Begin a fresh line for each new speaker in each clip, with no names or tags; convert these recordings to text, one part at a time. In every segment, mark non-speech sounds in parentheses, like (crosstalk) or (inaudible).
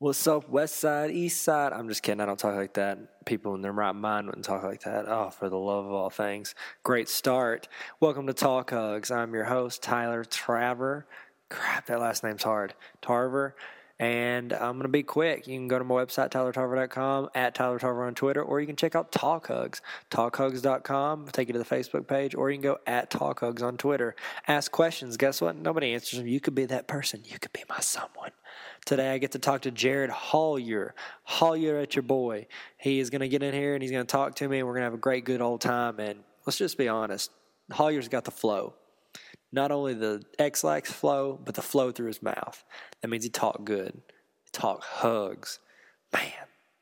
What's up, West Side, East Side? I'm just kidding. I don't talk like that. People in their right mind wouldn't talk like that. Oh, for the love of all things. Great start. Welcome to Talk Hugs. I'm your host, Tyler Traver. Crap, that last name's hard. Tarver. And I'm going to be quick. You can go to my website, tylertarver.com, at tylertarver on Twitter, or you can check out Talk Hugs, talkhugs.com, take you to the Facebook page, or you can go at Talk Hugs on Twitter. Ask questions. Guess what? Nobody answers them. You could be that person. You could be my someone. Today I get to talk to Jared Hollier. Hollier at your boy. He is going to get in here and he's going to talk to me, and we're going to have a great, good old time. And let's just be honest Hollier's got the flow. Not only the X lax flow, but the flow through his mouth. That means he talk good, talk hugs. Man,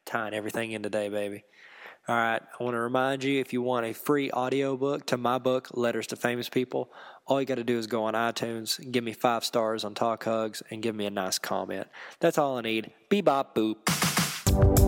tying everything in today, baby. All right, I want to remind you if you want a free audiobook to my book, Letters to Famous People, all you got to do is go on iTunes, give me five stars on Talk Hugs, and give me a nice comment. That's all I need. Bebop boop.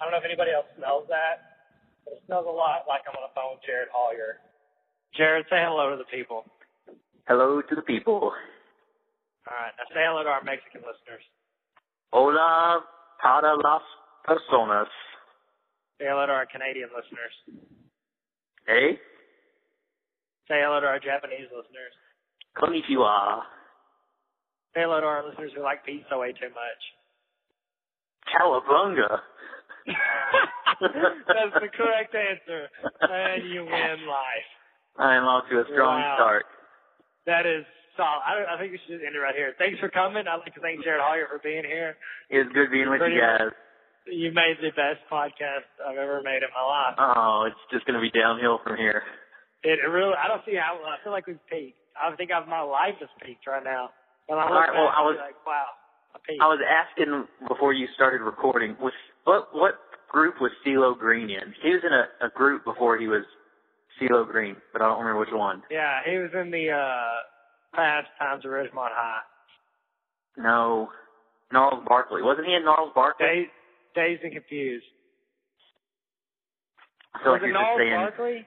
I don't know if anybody else smells that, but it smells a lot like I'm on the phone with Jared Hollier. Jared, say hello to the people.
Hello to the people.
All right, now say hello to our Mexican listeners.
Hola para las personas.
Say hello to our Canadian listeners.
Hey,
Say hello to our Japanese listeners.
konnichiwa.
Say hello to our listeners who like pizza way too much.
Cowabunga.
That's the
(laughs)
correct answer. And you win life.
I am off to a strong
Wow.
start.
That is solid. I, I think we should end it right here. Thanks for coming. I'd like to thank Jared Hollier for being here.
It's good being with you guys.
You made the best podcast I've ever made in my life.
Oh, it's just going to be downhill from here.
It really, I don't see how. I feel like we've peaked. I think I've, my life is peaked right now. When I
All
look
right,
back,
well, I
I'll
was-
be like, wow, I peaked.
I was asking before you started recording, was, what what group was CeeLo Green in? He was in a, a group before he was CeeLo Green, but I don't remember which one.
yeah, he was in the uh past times of Richmond High.
No, Gnarls Barkley. Wasn't he in Gnarls Barkley?
Dazed, dazed and confused.
I feel like
was it
you're just
Noel
saying.
Barkley?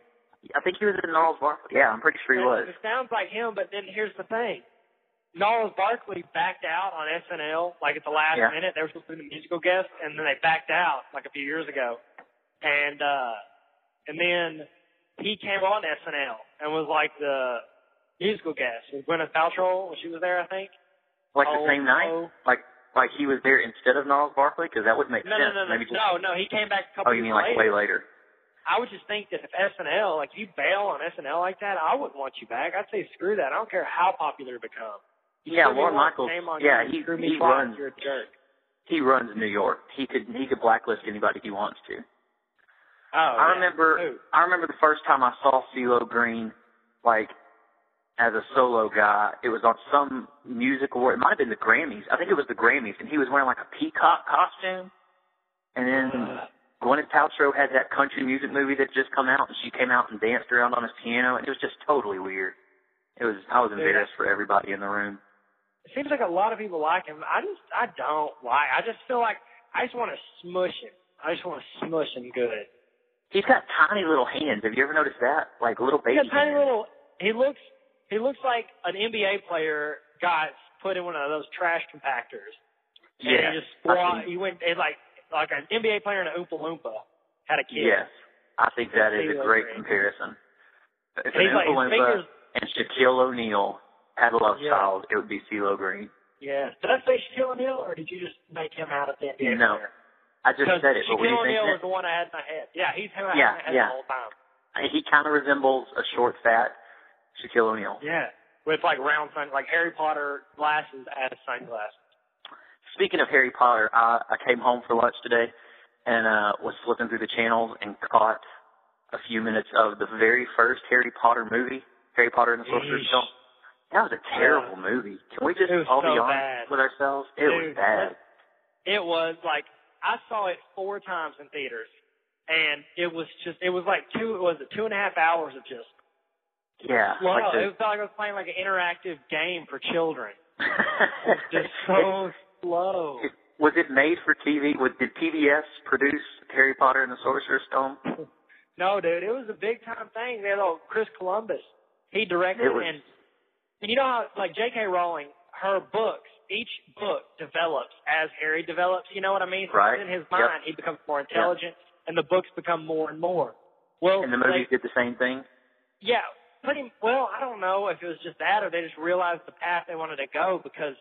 I think he was in Gnarls Barkley. Yeah, I'm pretty sure he was.
It, it sounds like him, but then here's the thing. Nolan Barkley backed out on SNL like at the last
Yeah.
minute. They were supposed to be the musical guest, and then they backed out like a few years ago. And uh and then he came on SNL and was like the musical guest with Gwyneth Paltrow when she was there, I think.
Like
Oh,
the same night?
oh.
Like like he was there instead of Gnarls Barkley? Because that would make
No, no,
sense.
no, no,
Maybe just,
no, no. He came back a
oh,
couple
you
years
mean like
later.
way later?
I would just think that if SNL, like you bail on SNL like that, I wouldn't want you back. I'd say screw that. I don't care how popular you become.
Yeah,
Screw me
Lauren
once,
Michaels.
shame on
Yeah,
you.
he
screw me
he
twice,
runs
You're a jerk.
he runs New York. He could he could blacklist anybody he wants to.
Oh,
I
yeah.
remember
Who?
I remember the first time I saw CeeLo Green, like as a solo guy. It was on some music award. It might have been the Grammys. I think it was the Grammys, and he was wearing like a peacock costume. And then
Uh.
Gwyneth Paltrow had that country music movie that just come out, and she came out and danced around on his piano, and it was just totally weird. It was I was
Yeah.
embarrassed for everybody in the room.
It seems like a lot of people like him. I just, I don't like. I just feel like I just want to smush him. I just want to smush him good.
He's got tiny little hands. Have you ever noticed that? Like little baby.
He's got tiny
hands.
little. He looks, he looks like an NBA player got put in one of those trash compactors.
yeah.
And he just
I
squat.
think-
He went it like like an NBA player and an Oompa Loompa had a kid.
Yes, I think that is
CeeLo
a great
Green.
comparison. If
He's
an
like his
Oompa
fingers.
Loompa and Shaquille O'Neal had a love
Yeah.
child, it would be CeeLo Green.
Yeah. Did I say Shaquille O'Neal or did you just make him out of the NBA
No,
player?
I just
Because
said it, but when
Shaquille
you think
O'Neal was
that,
the one I had in my head. Yeah, he's him I
Yeah,
had in my head
yeah.
the whole time.
he kind of resembles a short, fat Shaquille O'Neal.
Yeah. With like round sun, like Harry Potter glasses as sunglasses.
Speaking of Harry Potter, I, I came home for lunch today and uh was flipping through the channels and caught a few minutes of the very first Harry Potter movie, Harry Potter and the Sorcerer's
Yeesh.
Stone. That was a terrible movie. Can we just
It was
all be
so
honest
bad.
with ourselves? It was
Dude,
bad.
It was like I saw it four times in theaters, and it was just it was like two was it two and a half hours of just
Yeah.
Well,
like
it was like I was playing like an interactive game for children. It was
(laughs)
just so slow.
It- was it made for TV? Was, did PBS produce Harry Potter and the Sorcerer's Stone?
No, dude, it was a big time thing. They had old Chris Columbus. He directed
It was-
and and you know how like J.K. Rowling, her books, each book develops as Harry develops. You know what I mean? So
Right.
it's In his
Yep.
mind, he becomes more intelligent, and the books become more and more. Well,
And the
they-
movies did the same thing.
yeah, pretty well. I don't know if it was just that or they just realized the path they wanted to go because,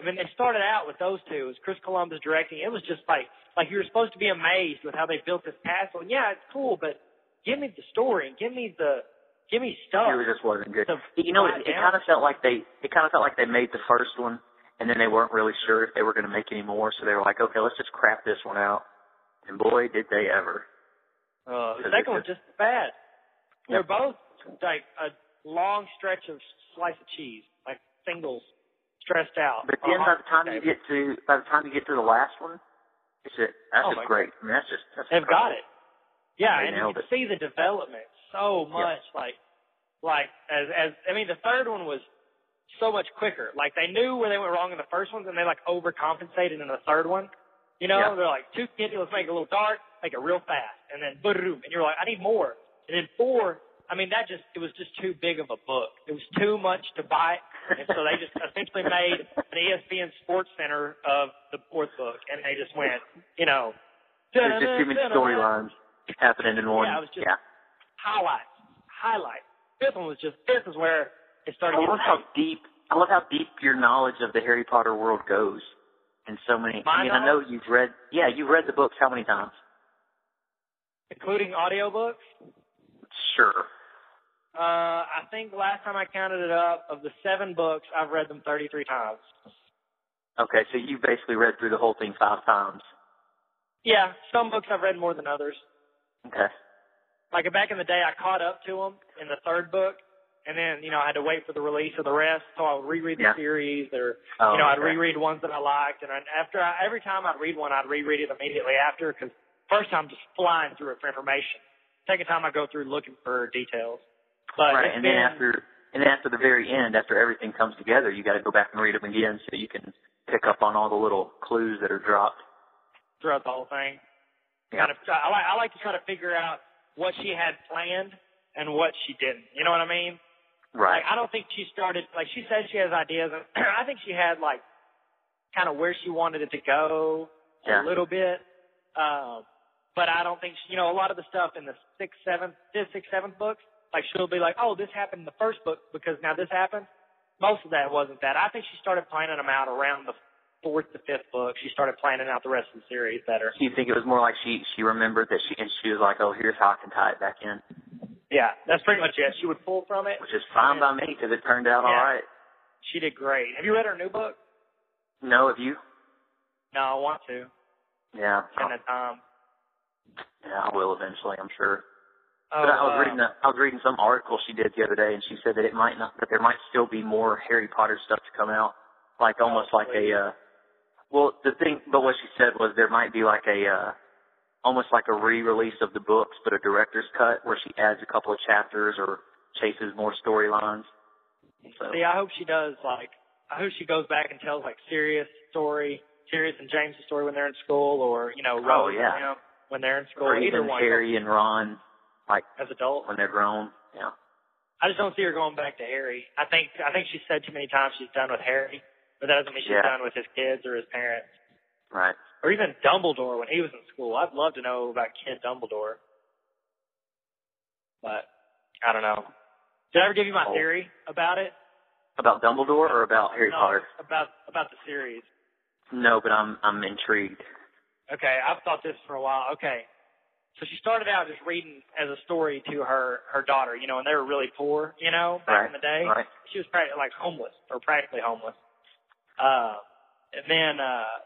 I mean, they started out with those two. It was Chris Columbus directing. It was just like like you were supposed to be amazed with how they built this castle. And yeah, it's cool, but give me the story and give me the give me stuff.
It was just wasn't good.
So-
you know, it, it
Yeah.
kind of felt like they it kind of felt like they made the first one, and then they weren't really sure if they were going to make any more, so they were like, okay, let's just crap this one out. And boy, did they ever!
Uh, the
Because
second
it's
one's just as bad.
Yep.
They're both like a long stretch of slice of cheese, like singles, stressed out. Uh,
But then by the time you get to by the time you get to the last one, it's a, that's
Oh my
just great. I mean, that's just that's
They've got it. Yeah,
They
and you
nailed
can
it.
see the development so much. Like, like as as I mean, the third one was so much quicker. Like they knew where they went wrong in the first ones, and they like overcompensated in the third one. You know,
Yeah.
they're like too kiddy. Let's make it a little dark, make it real fast, and then boom, and you're like, I need more. And then four, I mean, that just it was just too big of a book. It was too much to bite, and so they just essentially made E an ESPN Sports Center of the fourth book, and they just went, you know,
There's just
(laughs)
too many storylines happening in one.
Yeah, I was just-
yeah.
highlights, highlights. Fifth one was just this is where it started.
I love
getting
how deep I love how deep your knowledge of the Harry Potter world goes. In so many,
My
I mean, I know you've read. Yeah, you've read the books how many times?
including audiobooks.
Sure.
Uh, I think last time I counted it up, of the seven books, I've read them 33 times.
Okay, so you basically read through the whole thing five times.
Yeah, some books I've read more than others.
Okay.
Like back in the day, I caught up to them in the third book, and then you know I had to wait for the release of the rest, so I would reread the
Yeah.
series or
Oh,
you know, I'd
okay.
reread ones that I liked, and I'd, after I, every time I'd read one, I'd reread it immediately after because first time just flying through it for information. Second time I go through looking for details. But
Right,
it's
and
been,
then after and then after the very end, after everything comes together, you got to go back and read them again so you can pick up on all the little clues that are dropped.
throughout the whole thing,
Yeah.
kind of, I like I like to try to figure out what she had planned and what she didn't. You know what I mean?
Right.
Like, I don't think she started, like, she says she has ideas. (clears throat) And I think she had, like, kind of where she wanted it to go
Yeah.
a little bit. Um, but I don't think, she, you know, a lot of the stuff in the sixth, seventh, fifth, sixth, seventh books, like, she'll be like, oh, this happened in the first book because now this happened. Most of that wasn't that. I think she started planning them out around the fourth to fifth book. She started planning out the rest of the series better.
you think it was more like she she remembered that she and she was like, oh, here's how I can tie it back in,
Yeah, that's pretty much it. She would pull from it.
which is fine by me because it turned out all
Yeah.
right.
She did great. Have you read her new book?
No, if you,
No, I want to.
yeah,
Kind of time.
yeah, I will eventually, I'm sure.
Oh,
but I was
uh,
reading a, I was reading some article she did the other day, and she said that it might not, that there might still be more Harry Potter stuff to come out, like almost like
please.
a. uh Well, the thing, but what she said was there might be like a, uh almost like a re-release of the books, but a director's cut where she adds a couple of chapters or chases more storylines. So
See, I hope she does. Like, I hope she goes back and tells like Sirius' story, Sirius and James' story when they're in school, or you know, Rose
Oh, yeah.
and him when they're in school.
or
Either
even
one
Harry and Ron, like
as adults.
when they're grown. Yeah.
I just don't see her going back to Harry. I think I think she's said too many times she's done with Harry, but that doesn't mean she's
Yeah.
done with his kids or his parents,
Right.
or even Dumbledore when he was in school. I'd love to know about Kid Dumbledore, but I don't know. Did I ever give you my
Oh.
theory about it?
About Dumbledore or about Harry
no,
Potter?
about about the series.
No, but I'm I'm intrigued.
Okay, I've thought this for a while. Okay, so she started out just reading as a story to her her daughter, you know, and they were really poor, you know, back in the day.
Right.
She was prac- like homeless or practically homeless. Uh, and then uh,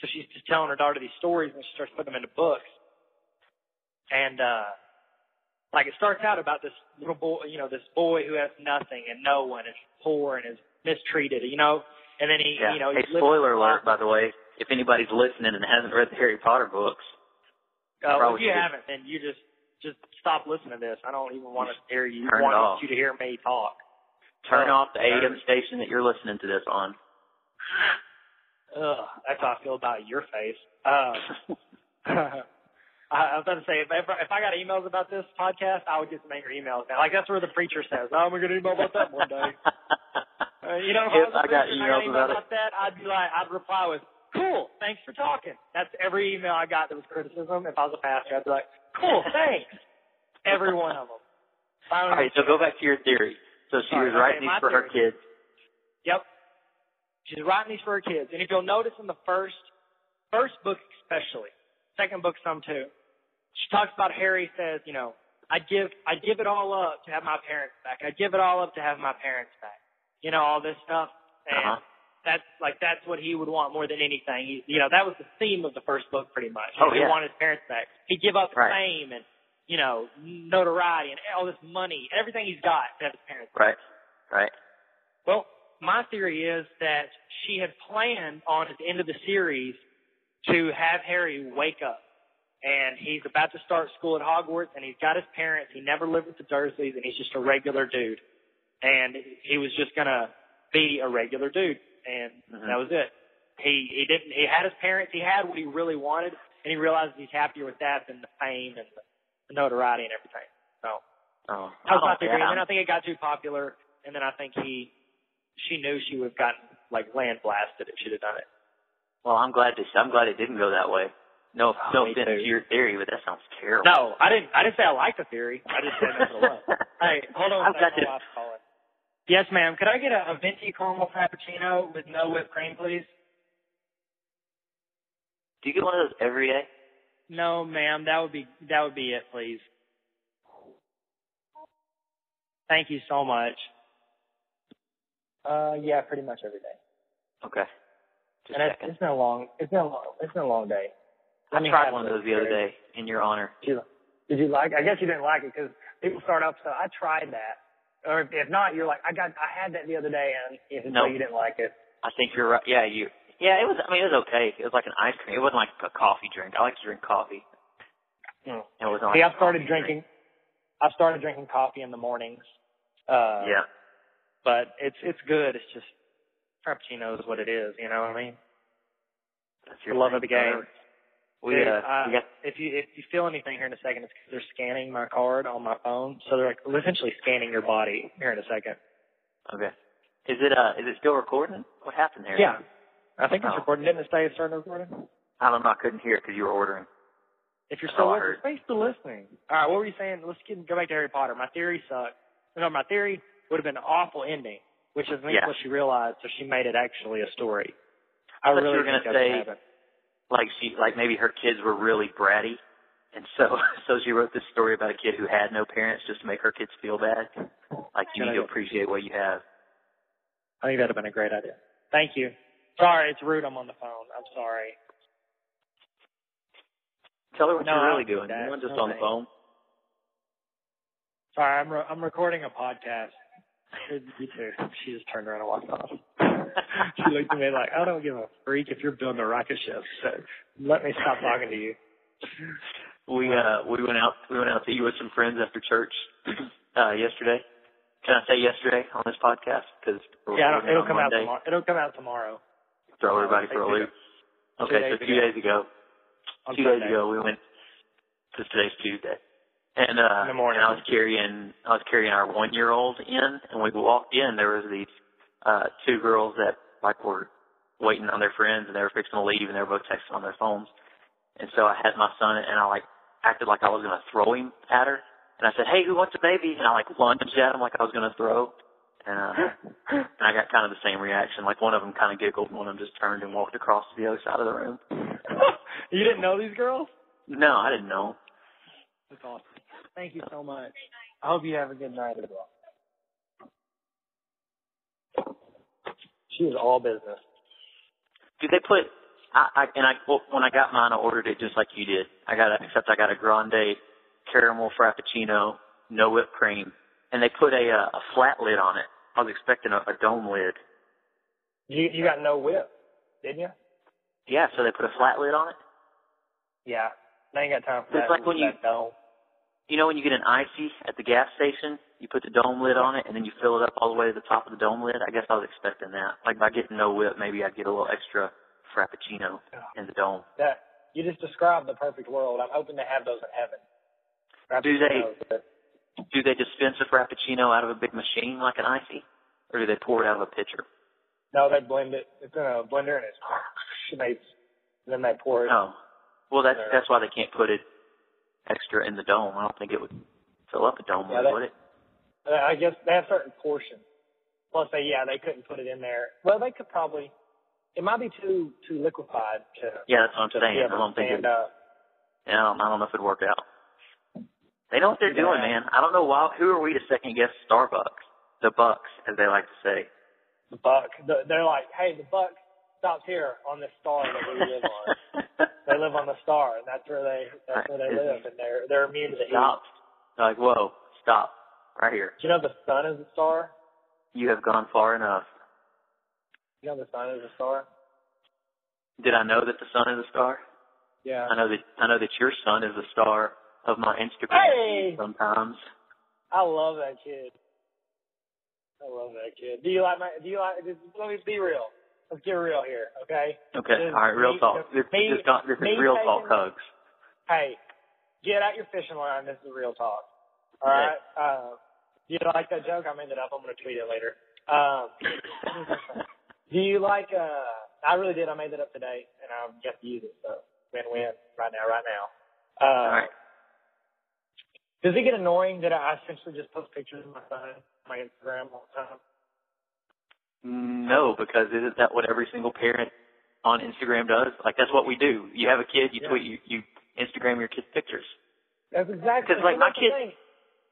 so she's just telling her daughter these stories, and she starts putting them into books. And uh, like it starts out about this little boy, you know, this boy who has nothing and no one is poor and is mistreated, you know. And then he,
Yeah.
you know,
hey,
he lives-
spoiler alert, by the way, if anybody's listening and hasn't read the Harry Potter books,
Uh, well,
Probably
if you
should.
haven't, then you just just stop listening to this. I don't even want to hear you.
Turn it
want
off.
you to hear me talk.
Turn
Oh,
off the
turn-
AM station that you're listening to this on.
(laughs) Ugh, that's how I feel about your face. Uh, (laughs) I, I was about to say, if, ever, if I got emails about this podcast, I would get some angry emails. Now. Like, that's where the preacher says, oh, we're going to email about that one
(laughs)
day. Uh, you know, if, I,
If
was a
I got
preacher and
emails
I got
about it.
that, I'd be like, I'd reply with, cool, thanks for talking. That's every email I got that was criticism. If I was a pastor, I'd be like, cool, thanks. every one of them.
(laughs) All right, so go back to your theory. So she
Sorry,
was
okay,
writing
my
these for her
theory.
kids.
Yep. She's writing these for her kids. And if you'll notice in the first first book especially, second book some too, she talks about Harry says, you know, I give I give it all up to have my parents back. I give it all up to have my parents back. You know, all this stuff. And
Uh-huh.
that's like that's what he would want more than anything. He, you know, that was the theme of the first book pretty much.
Oh,
he
yeah.
wanted his parents back. He'd give up
Right.
fame and you know, notoriety and all this money, everything he's got to have his parents back.
Right, right.
Well, my theory is that she had planned on at the end of the series to have Harry wake up. And he's about to start school at Hogwarts, and he's got his parents. He never lived with the Dursleys, and he's just a regular dude. And he was just gonna be a regular dude, and
Mhm.
that was it. He he didn't. He had his parents. He had what he really wanted, and he realized he's happier with that than the fame and the notoriety and everything. So
Oh,
I was about
oh,
to agree.
yeah.
And then I think it got too popular, and then I think he, she knew she would have gotten like land blasted if she'd have done it.
Well, I'm glad to, I'm glad it didn't go that way. No,
Oh,
no
me
offense
too.
to your theory, but that sounds terrible.
No, I didn't. I didn't say I liked the theory. I just said that's what it was. (laughs) Hey, hold on. a
I've got
second,
this.
my wife's calling. Yes, ma'am. Could I get a, a venti caramel frappuccino with no whipped cream, please?
Do you get one of those every day?
No, ma'am. That would be that would be it, please. Thank you so much. Uh, yeah, pretty much every day.
Okay. Just
and it's,
checking.
it's been a long. It's been a long. It's been a long day.
I
Let me
tried
have
one of
this
those the other
here.
day in your honor.
Did you, did you like? I guess you didn't like it because people start up. So I tried that, or if, if not, you're like, I got, I had that the other day, and if so
No.
you didn't like it.
I think you're right. Yeah, you. Yeah, it was. I mean, it was okay. It was like an ice cream. It wasn't like a coffee drink. I like to drink coffee.
Mm.
It wasn't.
See,
like
I've
a
started
Oh, coffee
drinking. I've started drinking coffee in the mornings. Uh,
Drink. Yeah.
But it's it's good. It's just frappuccino is what it is. You know what I mean?
That's
The love of the game.
We
Dude,
uh,
uh,
we got
if you if you feel anything here in a second, it's 'cause they're scanning my card on my phone. So they're like essentially scanning your body here in a second.
okay. Is it uh? Is it still recording? What happened there?
Yeah. I think it's
Oh.
recording. Didn't it say it started recording?
I don't know. I couldn't hear it because you were ordering.
If you're
Oh,
still
I
listening,
heard.
thanks for listening. All right, what were you saying? Let's get, go back to Harry Potter. My theory sucked. No, my theory would have been an awful ending, which is at least
Yeah.
what she realized, so she made it actually a story. I,
thought you
really
were gonna
think that's what
say-
happened.
Like she, like maybe her kids were really bratty, and so (laughs) so she wrote this story about a kid who had no parents just to make her kids feel bad. Like you
Good
need
idea.
to appreciate what you have.
I think that'd have been a great idea. Thank you. Sorry, it's rude. I'm on the phone. I'm sorry.
Tell her what
No, I
you're really
don't do
doing.
that.
You weren't just
No
on the
thanks.
phone.
Sorry, I'm re- I'm recording a podcast. You too. She just turned around and walked off. she (laughs) looked at me like, I don't give a freak if you're building a rocket ship. So let me stop talking to you.
We uh we went out we went out to eat with some friends after church (clears throat) uh yesterday. Can I say yesterday on this podcast? Because
Yeah, I don't, it'll come
Monday.
out tomorrow. It'll come out tomorrow. (laughs)
Throw everybody for a loop. Okay,
days
so two
ago.
days ago,
On
two
Sunday.
days ago we went. Because today's Tuesday, and uh,
In the morning.
and I was carrying I was carrying our one year old in, and we walked in. There was these uh two girls that like were waiting on their friends, and they were fixing to leave, and they were both texting on their phones. And so I had my son, and I like acted like I was gonna throw him at her, and I said, "Hey, who wants a baby?" And I like lunged at him like I was gonna throw, and uh, and I got kind of the same reaction. Like one of them kind of giggled, and one of them just turned and walked across to the other side of the room.
you didn't know these girls?
No, I didn't know.
That's awesome. Thank you so much. I hope you have a good night as well. She is all business.
Did they put? I, I and I well, when I got mine, I ordered it just like you did. I got a, except I got a grande caramel frappuccino, no whipped cream, and they put a uh, a flat lid on it. I was expecting a, a dome lid.
You you got no whip, didn't you?
Yeah, so they put a flat lid on it.
Yeah. I ain't got time for
It's
that.
like when you-
that dome.
You know when you get an icy at the gas station, you put the dome lid on it, and then you fill it up all the way to the top of the dome lid. I guess I was expecting that. Like by getting no whip, maybe I'd get a little extra frappuccino in the dome.
That you just described the perfect world. I'm hoping to have those in heaven.
Do they-
Frappuccinos that-
Do they dispense a frappuccino out of a big machine like an icy, or do they pour it out of a pitcher?
No, they blend it. It's in a blender and it's and they then they pour it.
No. Well, that's
Or-
that's why they can't put it extra in the dome. I don't think it would fill up a dome,
Yeah, that-
would it?
Uh, I guess they have certain portions. Plus, they yeah they couldn't put it in there. Well, they could probably. It might be too too liquefied to.
Yeah, that's what I'm
to be
saying. I
able
don't
to
think it,
stand up.
Yeah, I don't, I don't know if it worked out. They know what they're
Yeah.
doing, man. I don't know why. Who are we to second guess Starbucks? The Bucks, as they like to say.
The buck. The, they're like, hey, the buck stops here on this star that we live
(laughs)
on. they live on the star, and that's where they that's where they live, and they're they're immune to the heat.
stop. Like, whoa, stop. Right here.
Do you know the sun is a star?
You have gone far enough.
You know the sun is a star.
Did I know that the sun is a star?
Yeah.
I know that I know that your son is a star of my Instagram
Hey!
feed sometimes.
I love that kid. I love that kid. Do you like my? Do you like? Just, let me be real. Let's get real here, okay?
Okay,
Does
all right, real
me-
talk. This,
me-
this, got- this is
me
real
taking-
talk hugs. (laughs)
Hey, get out your fishing line. This is real talk. All
Yeah.
right. Uh, do you like that joke? I'm ended up. I'm gonna tweet it later. Um, do you like? Uh, I really did. I made that up today, and I got to use it. So win-win right now, right now. Uh,
all right.
Does it get annoying that I essentially just post pictures of my son on my Instagram all the time?
No, because isn't that what every single parent on Instagram does? Like that's what we do. You have a kid, you
Yeah.
tweet, you, you Instagram your kid's pictures.
That's exactly
'Cause, like,
so
my
that's the
kid-
thing.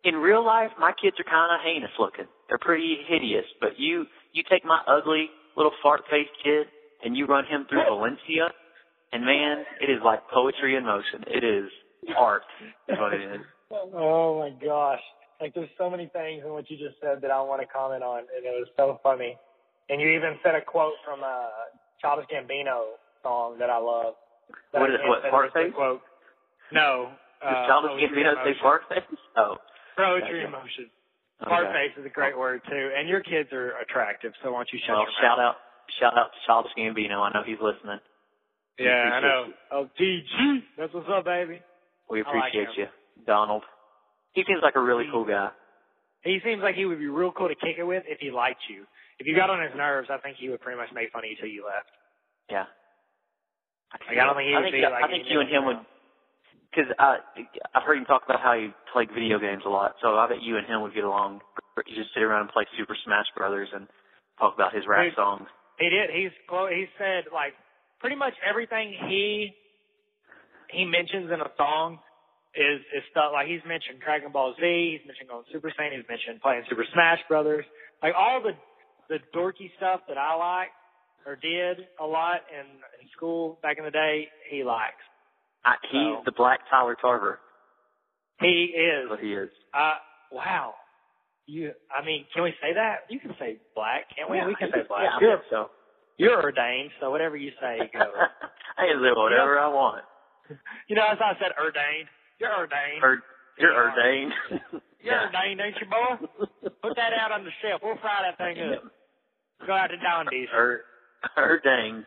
In real life, my kids are kind of heinous looking. They're pretty hideous. But you you take my ugly little fart faced kid and you run him through Valencia, and man, it is like poetry in motion. It is art, is what it is.
Oh my gosh. Like there's so many things in what you just said that I want to comment on and it was so funny. And you even said a quote from a Childish Gambino song that I love. That
What
I
is it?
can't
What,
say
Fart
the
Face?
Quote. No.
Does
Uh,
Childish
poetry
Gambino say
emotion.
fart face? Oh,
Poetry
Gotcha.
emotion.
okay.
Fart face is a great word too. And your kids are attractive, so why don't you shut
Well,
your
shout
mouth?
out, shout out to Childish Gambino. I know he's listening. We
Yeah, I
appreciate
know.
you.
Oh, DG. That's what's up, baby.
We
I like
appreciate
him.
you, Donald. He seems like a really cool guy.
He seems like he would be real cool to kick it with if he liked you. If you got on his nerves, I think he would pretty much make fun of you till you left.
Yeah.
Like, I don't think he
I
would
think,
be
yeah,
like
I think
anything
you and him would, because I I've heard him talk about how he played video games a lot. So I bet you and him would get along. You just sit around and play Super Smash Brothers and talk about his rap
Dude.
songs.
He did. He's clo- he said like pretty much everything he he mentions in a song is is stuff like he's mentioned Dragon Ball Z, he's mentioned going Super Saiyan, he's mentioned playing Super Smash Brothers, like all the the dorky stuff that I like or did a lot in, in school back in the day. He likes.
I, he's
So-
the Black Tyler Tarver.
He is.
That's what he is.
Uh, wow. You, I mean, can we say that? You can say black, can't we?
Yeah,
we can
I
say
guess-
black.
yeah, I
you're,
guess so.
you're ordained, so whatever you say
(laughs)
goes.
I can say whatever I want.
you know, that's how I said ordained. You're ordained.
Erd- you're
Yeah.
ordained.
(laughs) you're
Yeah.
ordained, ain't you, boy? Put that out on the shelf. We'll fry that thing up. Go out to Dundee's.
Erd- ordained.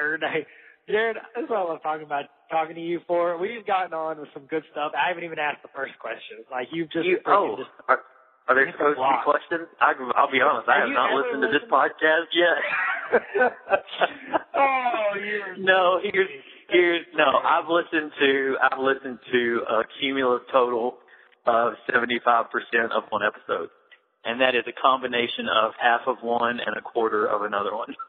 Ordained. Jared, that's what I love talking about talking to you for. We've gotten on with some good stuff. I haven't even asked the first question. Like you've just
you,
freaking
oh,
just (laughs)
are, are there
hit the
supposed to be
block.
questions? I, I'll be honest, I
Have
have
you
not
ever
listened to this podcast
(laughs)
yet.
Oh, you're
no, here's here's no. I've listened to I've listened to a cumulative total of seventy five percent of one episode, and that is a combination of half of one and a quarter of another one. (laughs)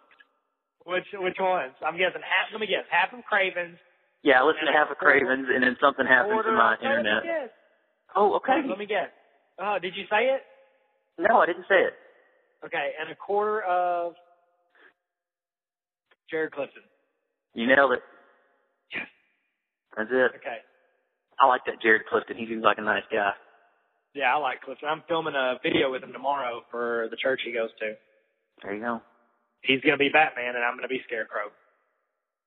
Which which ones? I'm guessing half. Let me guess. Half of Cravens.
Yeah, I listened
And
to
a
half of
quarter-
Cravens, and then something happened to
Order-
my
Let me
internet.
guess.
Oh, okay.
Let me guess. Uh, did you say it?
No, I didn't say it.
Okay, and a quarter of Jared Clifton.
You nailed it.
Yes.
That's it.
Okay.
I like that Jared Clifton. He seems like a nice guy.
Yeah, I like Clifton. I'm filming a video with him tomorrow for the church he goes to.
There you go.
He's gonna be Batman, and I'm gonna be Scarecrow.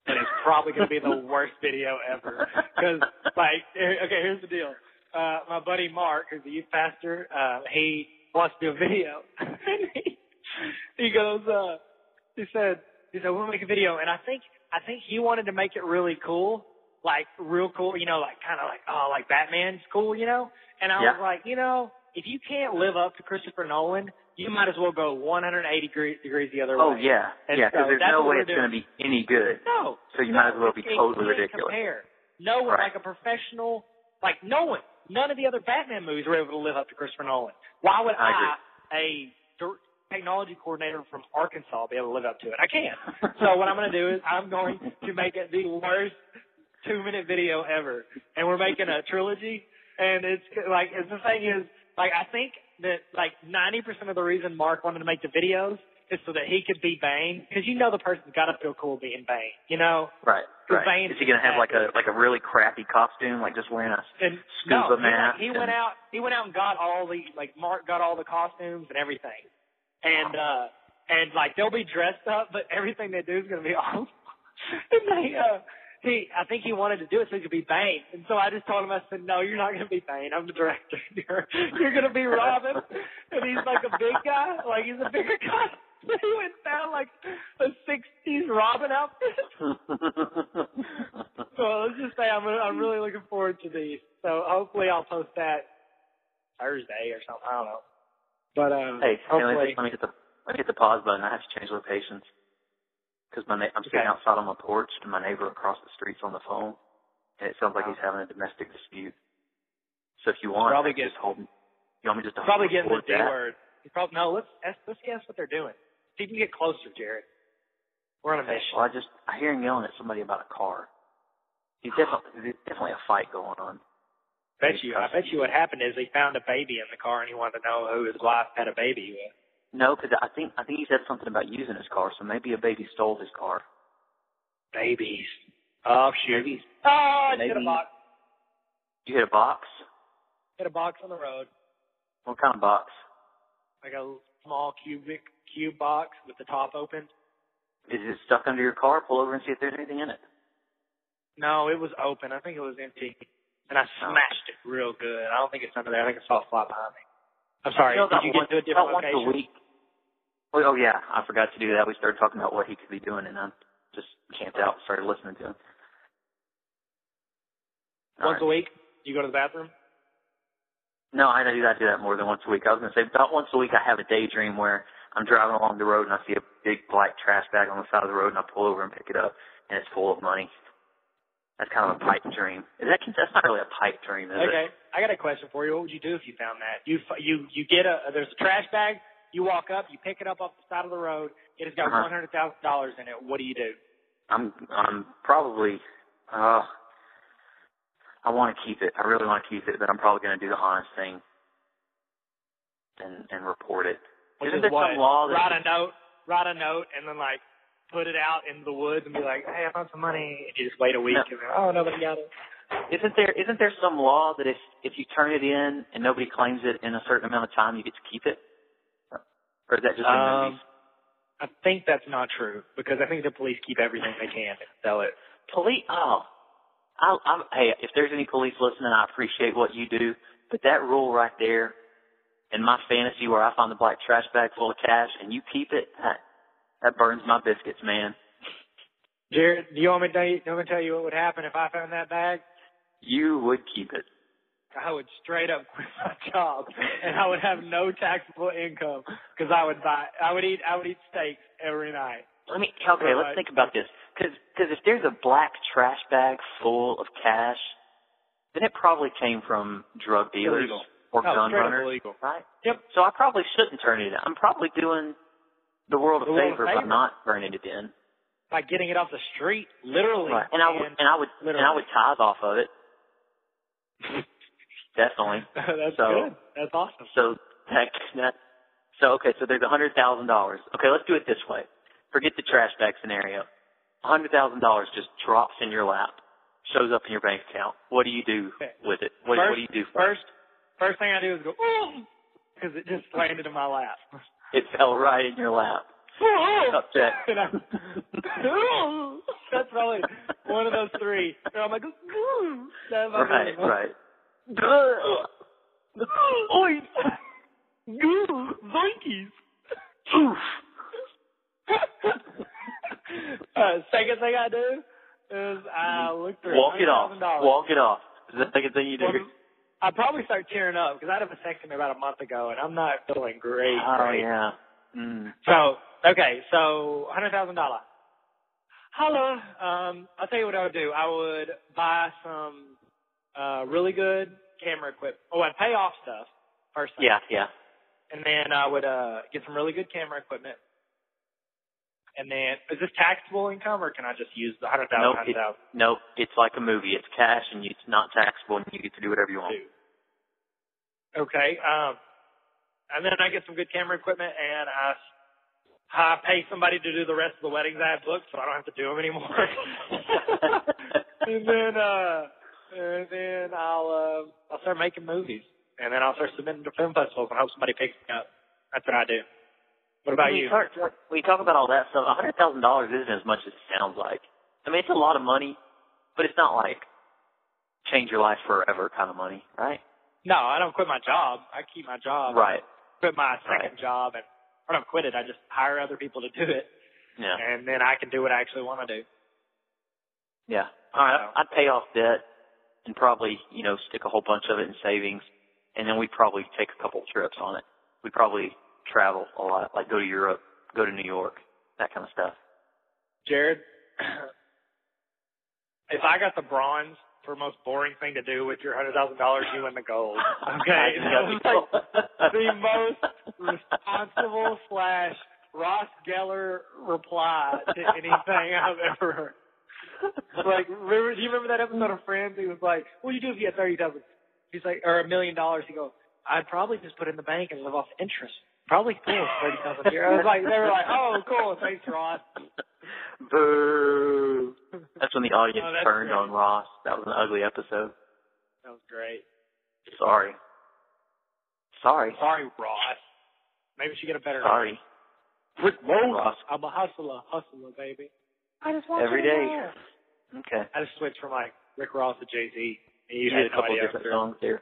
And it's probably gonna be the worst video ever. Because like, here- okay, here's the deal. uh, my buddy Mark, who's a youth pastor, uh, he wants to do a video. (laughs) and he, he goes, uh, he said, he said, we'll make a video. And I think, I think he wanted to make it really cool, like real cool, you know, like kind of like, oh, like Batman's cool, you know? And I
Yeah.
was like, you know, if you can't live up to Christopher Nolan, you might as well go 180 degree, degrees the other
Oh
way.
yeah,
And
yeah.
so
Because there's
that's
no
what we're
way it's going to be any good.
No.
So you
no,
might as well be
it- it
totally
can't
ridiculous.
Compare. No one,
Right.
like a professional, like no one, none of the other Batman movies were able to live up to Christopher Nolan. Why would
I
I, a dir- technology coordinator from Arkansas, be able to live up to it? I can't. so what I'm going to do is I'm going to make it the worst two minute video ever, and we're making a trilogy. And it's like, it's the thing is, like I think that like 90% of the reason Mark wanted to make the videos is so that he could be Bane, because you know the person's got to feel cool being Bane, you know.
Right,
The
right.
veins
Is he going to have like a
exactly.
like a really crappy costume, like just wearing a
And no, he,
Scuba
like,
mask
he
and-
went out. He went out and got all the like Mark got all the costumes and everything, and uh and like they'll be dressed up, but everything they do is gonna be (laughs) awful. and they uh he I think he wanted to do it so he could be Bane, and so I just told him I said no, you're not gonna be Bane. I'm the director. (laughs) You're you're gonna be Robin, and he's like a big guy, like he's a bigger guy. (laughs) So he went down like a '60s Robin outfit. (laughs)
(laughs)
So let's just say I'm I'm
Hmm.
really looking forward to these. So hopefully I'll post that Thursday or something. I don't know. But um,
hey, hey, let, me,
hopefully
let me hit the let me hit the pause button. I have to change locations because my na- I'm sitting
Okay.
outside on my porch and my neighbor across the street's on the phone, and it sounds like
Wow.
he's having a domestic dispute. So if you want,
Oh. Probably
I can
get-
just hold. You want me just to
probably
hold,
getting the
record
D
that?
word. You Probably no. Let's let's- let's guess what they're doing. See if you can get closer, Jared. We're on a mission.
Well, I just I hear him yelling at somebody about a car.
(sighs)
He's definitely there's definitely a fight going on.
bet you. I bet you what happened is he found a baby in the car and he wanted to know who his wife had a baby with.
No, because I think I think he said something about using his car, so maybe a baby stole his car.
Babies. Oh shoot.
Maybe
Oh, I hit a
Maybe-
box.
you hit a box.
Hit a box on the road.
What kind of box?
Like a small cubic cube box with the top open.
Is it stuck under your car? Pull over and see if there's anything in it.
No, it was open. I think it was empty. And I
Oh.
smashed it real good. I don't think it's under there. I think I saw it fly behind me. I'm sorry.
You know,
did
about
you get
once-
to a different
about once
location?
a week. Well, oh yeah, I forgot to do that. We started talking about what he could be doing, and I just camped out and started listening to him. All
Once
right.
a week? You go to the bathroom?
No, I do not do that more than once a week. I was gonna say about once a week I have a daydream where I'm driving along the road and I see a big black trash bag on the side of the road and I pull over and pick it up and it's full of money. That's kind of a pipe dream. Is that that's not really a pipe dream, is
Okay. I got a question for you. What would you do if you found that? You f- you you get a there's a trash bag. You walk up. You pick it up off the side of the road. It has got
Uh-huh.
hundred thousand dollars in it. What do you do?
it? I'm I'm probably uh I want to keep it. I really want to keep it, but I'm probably gonna do the honest thing and and report it.
Which
not
is
there
what?
some law that
write a note. Write a note and then like put it out in the woods and be like, hey, I found some money. And you just wait a week
No.
and then, oh, nobody got it.
Isn't there isn't there some law that if if you turn it in and nobody claims it in a certain amount of time, you get to keep it? Or is that just in
Um,
movies?
I think that's not true because I think the police keep everything they can and sell it.
Police. Oh, I, I'm, hey, if there's any police listening, I appreciate what you do, but that rule right there, in my fantasy where I find the black trash bag full of cash and you keep it, that, that burns my biscuits, man.
Jared, do you want me to tell you, do you want me to tell you what would happen if I found that bag?
You would keep it.
I would straight up (laughs) quit my job and I would have no taxable income because I would buy, I would eat, I would eat steaks every night.
Let me okay.
Right.
Let's think about this, because if there's a black trash bag full of cash, then it probably came from drug dealers
Illegal.
or
No,
gun
straight up
runners,
illegal.
right?
Yep.
So I probably shouldn't turn it in. I'm probably doing the world a
The world a
favor by
favor.
not turning it in.
By getting it off the street, literally.
Right. And I would and I would and I
literally.
would tithe off of it. (laughs) Definitely.
(laughs) that's
So-
good. That's awesome.
So that that so okay, so there's a hundred thousand dollars. Okay, let's do it this way. Forget the trash bag scenario. A hundred thousand dollars just drops in your lap, shows up in your bank account. What do you do
Okay.
with it? What,
First-
what do you do first?
First, first thing I do is go, because it just landed in my lap. (laughs)
It fell right in your lap. Upset.
(laughs) And I- (laughs) That's probably one of those three. And I'm like, "Ooh." That's my
Right,
(laughs) favorite one.
right.
Oi! Goo! Zonkies! Oof! (laughs) uh, second thing I do is I look through
Walk it off.
$100,000.
Walk it off. Is that the second thing you do?
Well, I probably start tearing up because I had a vasectomy about a month ago, and I'm not feeling great.
oh
great.
yeah. Mm.
So okay, so hundred thousand dollar. Holla. Um, I'll tell you what I would do. I would buy some uh really good camera equipment. Oh, I'd pay off stuff first. Thing.
Yeah, yeah.
And then I would uh get some really good camera equipment. And then is this taxable income or can I just use the hundred
Nope,
thousand?
it- Nope. It's like a movie. It's cash and it's not taxable, and you get to do whatever you want.
Okay. Um, and then I get some good camera equipment, and I I pay somebody to do the rest of the weddings I have booked, so I don't have to do them anymore. (laughs) and then uh, and then I'll uh, I'll start making movies, and then I'll start submitting to film festivals, and hope somebody picks me up. That's what I do. What about
when
you?
Start, when you talk about all that stuff, a hundred thousand dollars isn't as much as it sounds like. I mean, it's a lot of money, but it's not like change your life forever kind of money, right?
No, I don't quit my job. I keep my job.
right.
I quit my second job, and I don't quit it. I just hire other people to do it,
Yeah.
and then I can do what I actually want to do.
Yeah. All right.
So-
I'd pay off debt and probably, you know, stick a whole bunch of it in savings, and then we'd probably take a couple trips on it. We'd probably travel a lot, like go to Europe, go to New York, that kind of stuff.
Jared, (clears throat) if I got the bronze for most boring thing to do with your hundred thousand dollars, you win the gold. (laughs) Okay, (laughs) the most responsible slash Ross Geller reply to anything I've ever heard.
(laughs)
Like, remember, do you remember that episode of Friends? He was like, "What do you do if you had thirty thousand? He's like, or a million dollars. He goes, "I'd probably just put it in the bank and live off interest. Probably cool, thirty thousand (laughs) a year." I was like, they were like, "Oh, cool, thanks, Ross."
Boo. That's when the audience
Oh, that's
turned
great.
on Ross. That was an ugly episode.
That was great.
Sorry. Sorry.
Sorry, Ross. Maybe she get a better.
Sorry. Rick Ross.
I'm a hustler, hustler, baby.
Every day. Okay.
I just switched from like Rick Ross to Jay Z. And you
did a
had no
couple
idea.
different songs there.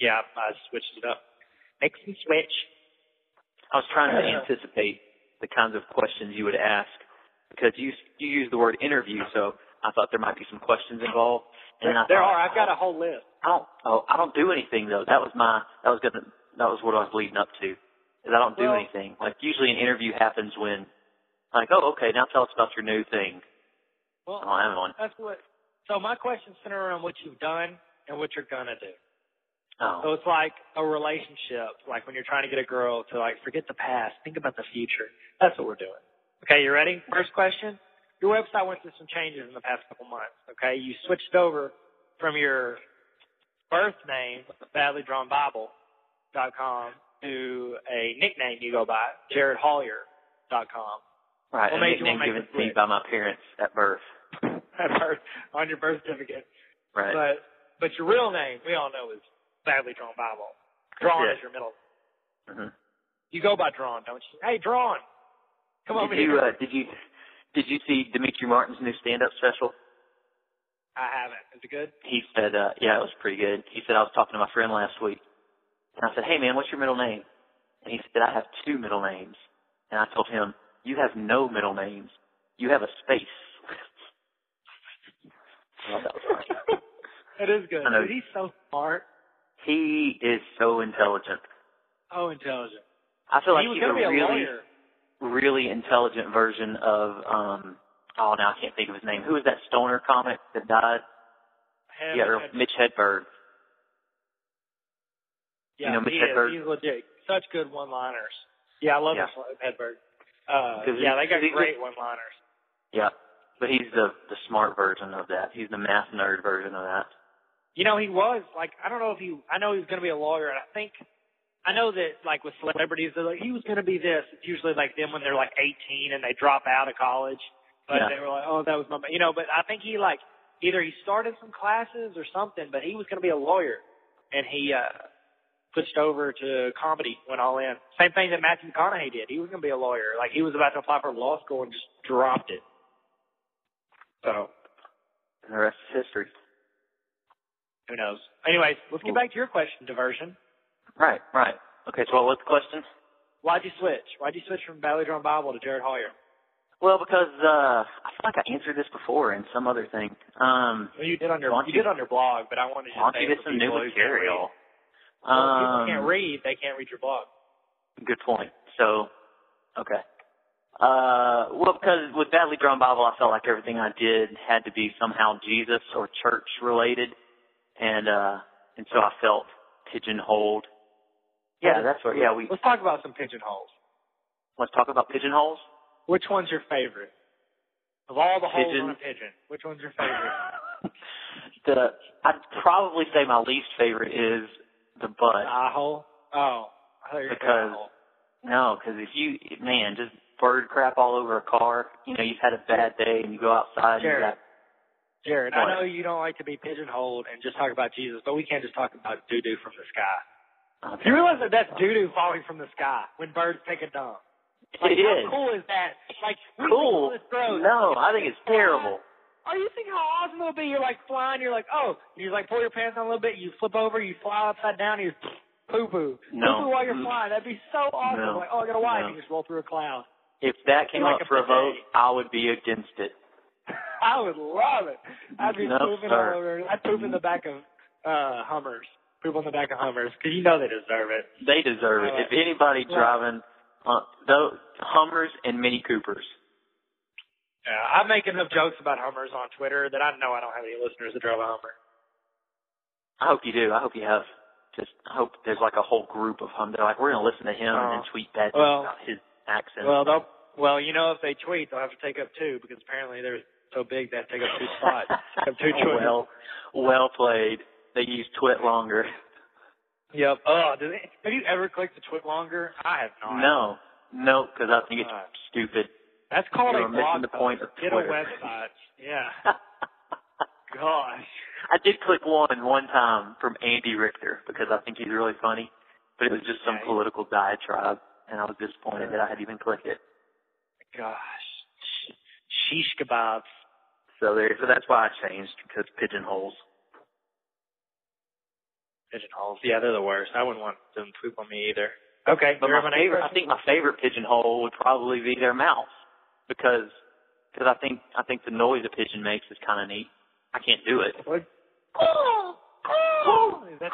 Yeah, I switched it up. Makes me switch.
I was trying to
Yeah.
anticipate the kinds of questions you would ask because you you use the word interview, so I thought there might be some questions involved. And I
there
thought,
are. I've got a whole list.
I don't. Oh, I don't do anything though. That was my. That was gonna. That was what I was leading up to. Is I don't do
Well-
anything. Like usually an interview happens when, like, oh, okay, now tell us about your new thing.
Well,
Oh, I have one.
that's what. So my questions center around what you've done and what you're gonna do. So
Oh,
it's like a relationship, like when you're trying to get a girl to like forget the past, think about the future. That's what we're doing. Okay, you ready? First question. Your website went through some changes in the past couple months. Okay, you switched over from your birth name, badly drawn Bible dot com, to a nickname you go by, Jared Hollier dot com. (laughs)
right.
Well,
a
maybe you won't
nickname
make
given
the
to me
switch.
by my parents at birth.
At birth on your birth certificate.
Right.
But but your real name we all know is badly drawn Bible. Drawn
Yeah.
is your middle
Mhm.
You go by Drawn, don't you? Hey, Drawn, come
did
over
you,
here.
Uh, did you did you see Dimitri Martin's new stand-up special?
I haven't. Is it
(laughs)
good?
He said, uh, "Yeah, it was pretty good." He said, "I was talking to my friend last week, and I said, "Hey, man, what's your middle name?" And he said, "I have two middle names." And I told him, "You have no middle names. You have a space." (laughs) I thought that was funny.
It is good.
I know.
Dude, he's so smart.
He is so intelligent.
Oh, intelligent.
I feel like
he was
he's
gonna be a
really,
lawyer.
really intelligent version of um. Oh, now I can't think of his name. Who was that stoner comic that died?
Hell,
yeah, or Mitch Hedberg.
yeah,
know, Mitch
he
Hedberg.
is. He's legit. Such good one-liners. Yeah, I love
Yeah.
Mitch Hedberg. Uh,
'Cause
yeah,
he-
they got
'cause he-
great one-liners.
Yeah. But he's the the smart version of that. He's the math nerd version of that.
You know, he was like I don't know if he I know he was gonna be a lawyer and I think I know that like with celebrities they're like he was gonna be this. It's usually like them when they're like eighteen and they drop out of college. But
Yeah.
they were like, Oh, that was my ma-" you know, but I think he like either he started some classes or something, but he was gonna be a lawyer and he uh switched over to comedy, went all in. Same thing that Matthew McConaughey did. He was gonna be a lawyer. Like he was about to apply for law school and just dropped it. So
And the rest is history.
Who knows? Anyways, let's get back to your question, Diversion.
Right, right. Okay, so what was the question?
Why'd you switch? Why'd you switch from Valley Drum Bible to Jared Hoyer?
Well, because uh, I feel like I answered this before in some other thing. Um,
Well, you did on your
Why don't
you
you-
did on your blog, but I wanted
why
to
don't
say
you
it
get
for
some new
people who can't read.
material?
Well, if people can't
Um,
read, they can't read your blog.
Good point. So, okay. Uh, well, because with Badly Drawn Bible, I felt like everything I did had to be somehow Jesus or church related, and uh, and so I felt pigeonholed. Yeah, that's what. Yeah, we
Let's talk about some pigeonholes.
let's talk about pigeonholes. (laughs)
Which one's your favorite? Of all the holes
Pigeon.
on a pigeon, which one's your favorite?
the I'd probably say my least favorite is the
the
butt.
eye hole? Oh, I thought you were gonna say
Because-
eye hole.
No, because if you man just bird crap all over a car, you know you've had a bad day and you go outside and you
Jared.
got
Jared,
What?
I know you don't like to be pigeonholed and just talk about Jesus, but we can't just talk about doo doo from the sky.
Okay.
You realize that that's doo doo falling from the sky when birds take a dump. Like,
it
how
is.
cool is that? Like, we think all
cool.
this gross.
No, I think it's terrible.
Oh, you think how awesome it'll be? You're like flying. You're like, oh, you like pull your pants down a little bit. You flip over. You fly upside down. You poo poo.
No.
Poo poo while you're
Mm.
flying. That'd be so awesome.
No.
Like, oh, I got a wife.
No.
You just roll through a cloud. (laughs)
If that came
Like
up
a
for a vote,
bidet.
I would be against it.
I would love it. I'd be
No,
pooping
sir.
all over. I'd poop in the back of uh Hummers. Poop on the back of Hummers because you know they deserve it.
They deserve it.
Right.
If anybody
Right.
driving uh, those Hummers and Mini Coopers,
Yeah, I make enough jokes about Hummers on Twitter that I know I don't have any listeners that drive a Hummer.
I hope you do. I hope you have. Just I hope there's like a whole group of them. They're like, we're gonna listen to him and then
Oh.
tweet bad things
Well-
about his accent.
Well, they'll well, you know, if they tweet, they'll have to take up two because apparently they're so big they have to take
(laughs)
up two spots. Take up two choices.
Oh, well, well played. They use twit longer.
Yep. Oh, do they, have you ever clicked the tweet longer? I have not.
No, no, because I think it's
Alright.
stupid. (laughs)
That's called
You're
a
missing
blog
the point
post.
of
Get a
Twitter.
website. Yeah.
(laughs) I
Gosh.
did click one one time from Andy Richter because I think he's really funny, but it was just some
Yeah, he-
political diatribe, and I was disappointed that I had even clicked it.
Gosh. Sheesh kebabs.
So there, so that's why I changed because pigeonholes.
Pigeonholes. Yeah, they're the worst. I wouldn't want them to poop on me either. Okay.
But
you're
my
having a
favorite, I
question?
think my favorite pigeonhole would probably be their mouth because because I think I think the noise a pigeon makes is kind of neat. I can't do it.
What? Is that-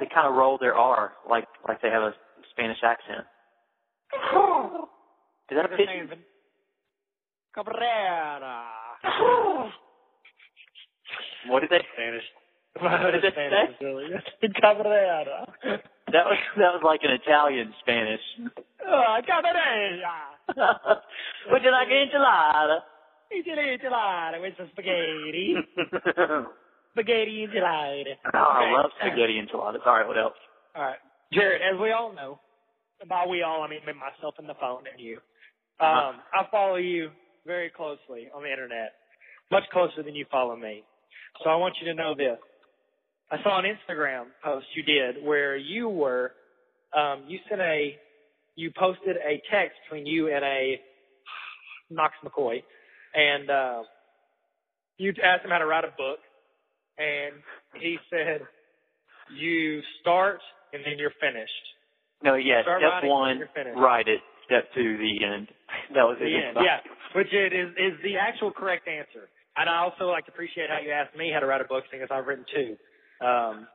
They kind of roll their R like like they have a Spanish accent. Is that a pigeon?
Cabrera.
What did they?
Spanish.
What did they say?
Cabrera.
That was that was like an Italian Spanish.
Oh, cabrera.
Would you like enchilada? (laughs)
Italy, Italy, with some spaghetti. Spaghetti, Italy.
oh, I
Okay.
love spaghetti enchiladas. All right, what else?
All right. Jared, as we all know, and by we all, I mean me, myself and the phone and you, um, I follow you very closely on the internet, much closer than you follow me. So I want you to know this. I saw an Instagram post you did where you were, um, you sent a, you posted a text between you and a Knox McCoy, and uh, you asked him how to write a book, and he said, you start and then you're finished.
No, yeah,
Start
step
writing when
one,
you're finished.
write it. Step two, the end. (laughs) That was
The
it.
end. Yeah, which it is is the actual correct answer. And I also like to appreciate how you asked me how to write a book, seeing as I've written two. Um,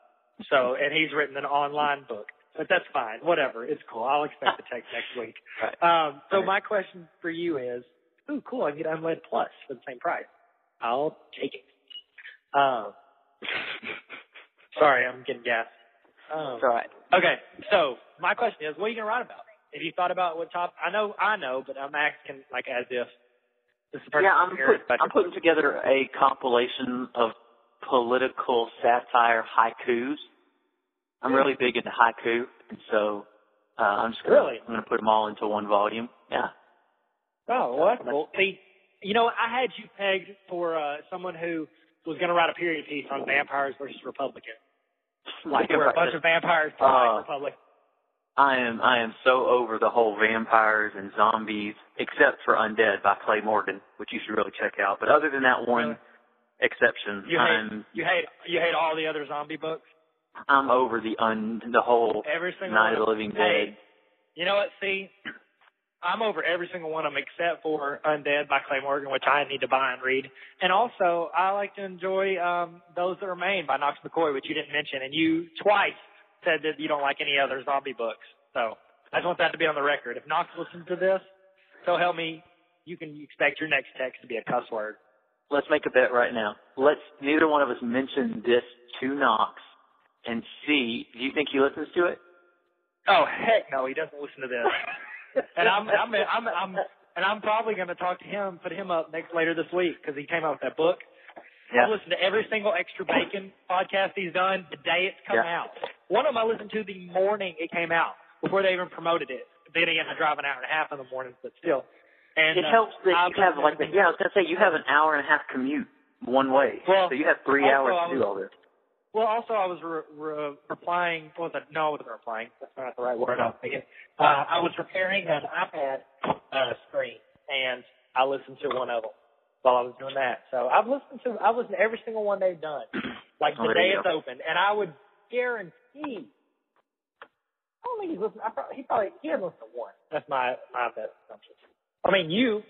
so and he's written an online book, but that's fine. Whatever, it's cool. I'll expect the text next week.
(laughs) Right.
Um, so
Right.
my question for you is, ooh, cool. I can get unled plus for the same price. I'll take it.
(laughs)
Um, sorry, I'm getting gas. Um,
It's all right.
Okay, so my question is, what are you gonna write about? Have you thought about what top? I know, I know, but I'm asking like as if this is the person
Yeah, I'm,
curious
put,
about
I'm
your-
putting together a compilation of political satire haikus. I'm really big into haiku, and so uh, I'm just gonna,
Really?
I'm going to put them all into one volume. Yeah. (laughs)
Oh, well, that's cool. See, you know, I had you pegged for uh someone who was gonna write a period piece on vampires versus Republicans, like where a bunch of vampires
Uh,
fight Republic.
I am I am so over the whole vampires and zombies, except for Undead by Clay Morgan, which you should really check out. But other than that
Really?
one, exception.
You hate
I'm
you hate you hate all the other zombie books.
I'm over the un the whole
Every single
Night
one.
of the Living
Hey,
Dead.
You know what? See, I'm over every single one of them except for Undead by Clay Morgan, which I need to buy and read. And also, I like to enjoy um, Those That Remain by Knox McCoy, which you didn't mention, and you twice said that you don't like any other zombie books. So I just want that to be on the record. If Knox listens to this, so help me, you can expect your next text to be a cuss word.
Let's make a bet right now. Let's neither one of us mention this to Knox and see. Do you think he listens to it?
Oh heck no, he doesn't listen to
(laughs)
this. and I'm I'm I'm I'm and I'm probably going to talk to him, put him up next later this week because he came out with that book. I listened to every single extra bacon podcast he's done the day it's come
Yeah.
out. One of them I listened to the morning it came out before they even promoted it. Then again, I drive an hour and a half in the morning, but still. And
It
uh,
helps that
I've
you have
listened to
like the, yeah. I was gonna say you have an hour and a half commute one way,
Well,
so you have three
also,
hours
I
to do
was-
all this.
Well, also I was re- re- replying. What was that? No, I wasn't replying. That's not the right word. I'm thinking. Uh, I was repairing an iPad uh, screen, and I listened to one of them while I was doing that. So I've listened to I've listened to every single one they've
(clears throat)
done, like
Oh,
the
there
day
you
it's opened, and I would guarantee. I don't think he's listened. I probably, he probably he hasn't listened to one. That's my my best assumption. I mean, you,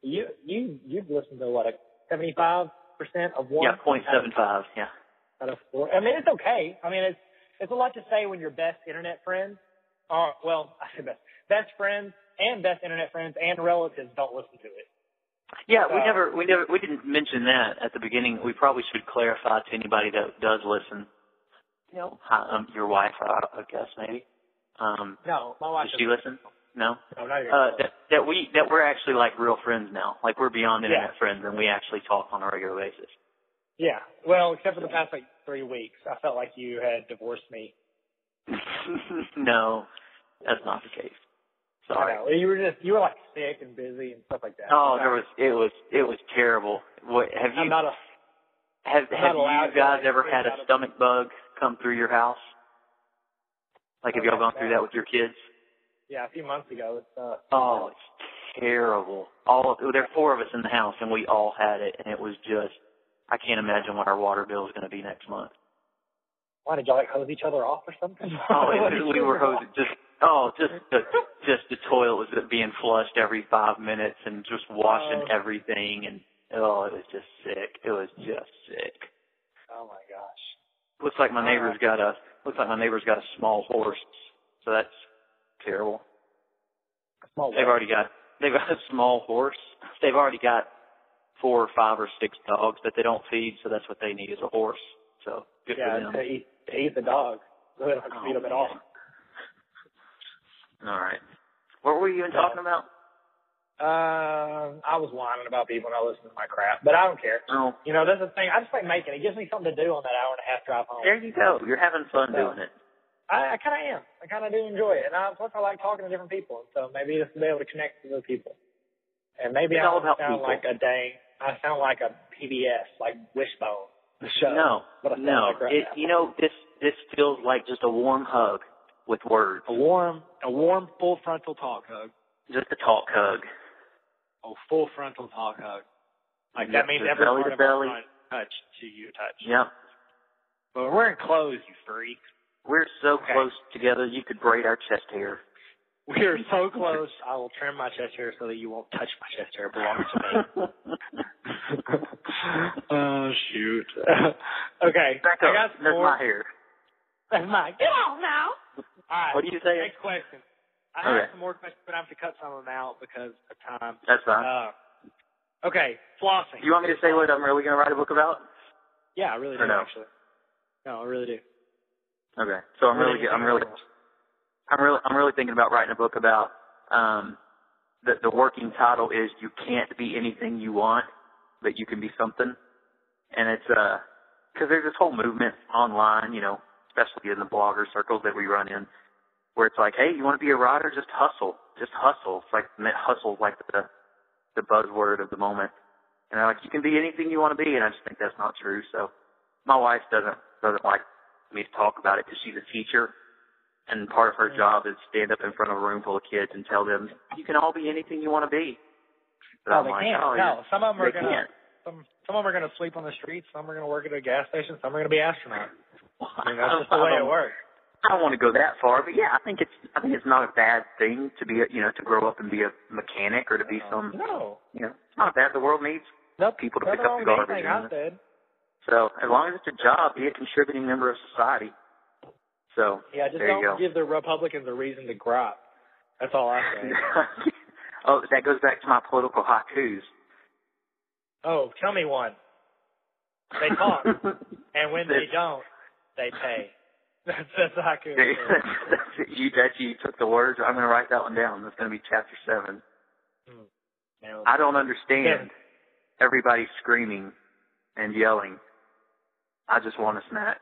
you, you, you've listened to what a seventy five percent of one.
Yeah, point seven five. Yeah.
out of four. I mean, it's okay. I mean, it's it's a lot to say when your best internet friends are well, (laughs) I say best best friends and best internet friends and relatives don't listen to it.
Yeah, we
So-
never, we never, we didn't mention that at the beginning. We probably should clarify to anybody that does listen. You know, hi- um, your wife, I I guess maybe. Um,
No, my wife
does she listen? No.
No, not even
Uh,
close.
that that we that we're actually like real friends now. Like we're beyond
Yeah.
internet friends, and we actually talk on a regular
(laughs)
basis.
yeah. Well, except for the past like three weeks, I felt like you had divorced me.
no, that's not the case. Sorry.
I know. You were just you were like sick and busy and stuff like that.
Oh, there was it was it was terrible. What have
I'm
you
not a
have have
allowed
you
to,
guys
like,
ever
think
had
about
a
it.
stomach bug come through your house? Like have
Oh,
y'all gone
that's
through
bad.
that with your kids?
yeah a few months ago. It's uh,
Oh, it's terrible. All of, there are four of us in the house, and we all had it, and it was just I can't imagine what our water bill is going to be next
(laughs)
month.
why did y'all like hose each other off or something?
Oh,
(laughs)
it was, we were hosing just oh, just the just the toilet was being flushed every five minutes and just washing
Oh.
everything and oh, it was just sick. It was just sick.
Oh my gosh.
Looks like my neighbor's got a looks like my neighbor's got a small horse, so that's terrible.
Small
They've already got they've got a small horse. They've already got four or five or six dogs that they don't feed, so that's what they need is a horse. So good
yeah,
for them.
to eat to eat the dog. (laughs) So they don't have to
Oh,
feed them at all.
All right. What were you even talking about?
Um, I was whining about people and I listened to my crap, but I don't care.
Oh,
You know, that's the thing. I just like making it. It gives me something to do on that hour and a half drive home.
there you go. You're having fun doing it.
I, I kind of am. I kind of do enjoy it, and I, plus I like talking to different people, and so maybe this will be able to connect with other people. And maybe
It's
I
all
don't
about
sound
people.
like a dang. I sound like a PBS, like Wishbone. The show.
No,
What I sound
no.
like right
It,
now.
you know, this this feels like just a warm hug with words,
A warm, a warm full frontal talk hug.
just a talk hug.
A Oh, full frontal talk hug. Like
Yep,
that means
just
every
belly
part
to
of our
belly.
front touch to you touch.
Yep.
But we're in clothes, you
(laughs)
freak.
We're so
Okay.
close together, you could braid our chest hair.
We are so close. I will trim my chest hair so that you won't touch my chest hair. It belongs (laughs) to
(laughs)
me. oh shoot. (laughs) okay.
Back
I
up.
got some
That's
more. (laughs)
my hair.
That's
(laughs)
my. Get off now. All right.
What do you say?
Next question. I
Okay.
have some more questions, but I have to cut some of them out because of time.
That's fine.
Uh, okay, flossing.
you want me to say what I'm really going to write a book about?
Yeah, I really
Or
do
no?
actually. No, I really do.
Okay. So I'm really, I'm really, I'm really, I'm really thinking about writing a book about. Um, the the working title is "You Can't Be Anything You Want, But You Can Be Something," and it's uh, because there's this whole movement online, you know, especially in the blogger circles that we run in, where it's like, hey, you want to be a writer? Just hustle, just hustle. It's like hustle, like the the buzzword of the moment, and they're like, you can be anything you want to be, and I just think that's not true. So, my wife doesn't doesn't like me to talk about it because she's a teacher, and part of her job is stand up in front of a room full of kids and tell them you can all be anything you want to be. But
Oh,
I'm
they
like,
can't.
oh,
no, some of them are
you're- they
gonna.
can't.
Some some of them are going to sleep on the streets. Some are going to work at a gas station. Some are going to be astronauts. (laughs) I mean, that's just the way
(laughs)
it works.
I don't want to go that far, but yeah, I think it's I think it's not a bad thing to be a, you know to grow up and be a mechanic or to be
Um,
some
No,
you know it's not bad. The world needs
nope,
people to
nothing
pick up
wrong
the
with
garbage.
anything
you know?
I said.
So as long as it's a job, be a contributing member of society. So
Yeah, just
there you
don't
go.
give the Republicans a reason to gripe. That's all I say.
(laughs) oh, that goes back to my political haikus.
oh, tell me one. They talk, and when they
That's-
don't, they pay. (laughs) That's that's how
(laughs)
could.
that's- (laughs) you that you took the words. I'm going to write that one down. That's going to be chapter seven.
Hmm.
I don't understand everybody screaming and yelling. I just want a snack.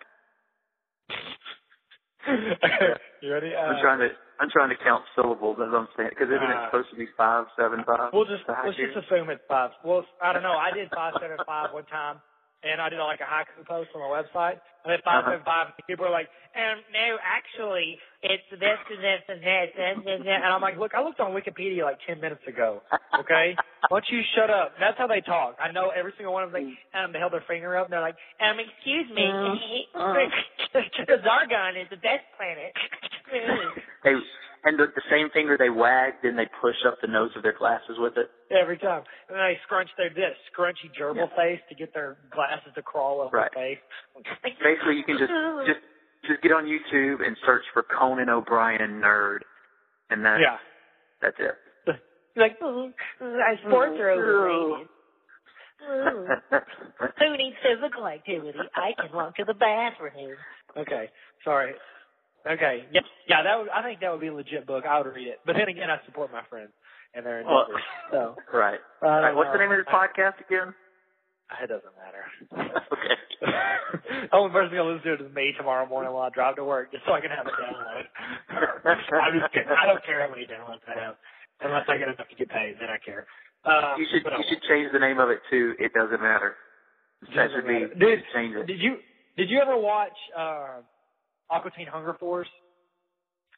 (laughs) you ready? Uh,
(laughs) I'm trying to I'm trying to count syllables as I'm saying because isn't it
uh,
supposed to be five, seven, five?
We'll just
The
let's
haiku?
just assume it's five. Well, I don't know. I did five seven five one time, and I did like a haiku post on my website. I did five seven five. and People are like, um, no, actually, it's this and this and this and this and that. And I'm like, look, I looked on Wikipedia like ten minutes ago.
(laughs)
Okay, why don't you shut up? That's how they talk. I know every single one of them. Like, um, they held their finger up. and They're like, um, excuse me, (laughs) the Zargon is the best planet. (laughs)
They and the, the same finger they wag, then they push up the nose of their glasses with it.
Every time. And they scrunch their this scrunchy gerbil face to get their glasses to crawl up
Right.
their face.
Basically, you can
(laughs)
just just just get on YouTube and search for Conan O'Brien nerd, and that
yeah.
that's it. (laughs)
Like, "Mm, I sports are overrated.
Who needs physical activity? I can walk to the bathroom.
Okay. Sorry. Okay. Yeah. Yeah. That would, I think that would be a legit book. I would read it. But then again, I support my friends and their
Well,
endeavors. So.
right.
I don't
(laughs) All right. What's the
know.
name of this
I-
podcast
(laughs)
again?
It doesn't matter. (laughs) Uh,
okay.
only person gonna listen to it is me tomorrow morning while I drive to work, just so I can have it download. (laughs) I'm just kidding. I don't care how many downloads I have, unless I get enough to get paid. Then I care. Uh,
You should
but I
you
won't.
should change the name of it to It Doesn't Matter. That should be
Doesn't matter.
change it.
Did you did you ever watch uh, Aqua Teen Hunger Force?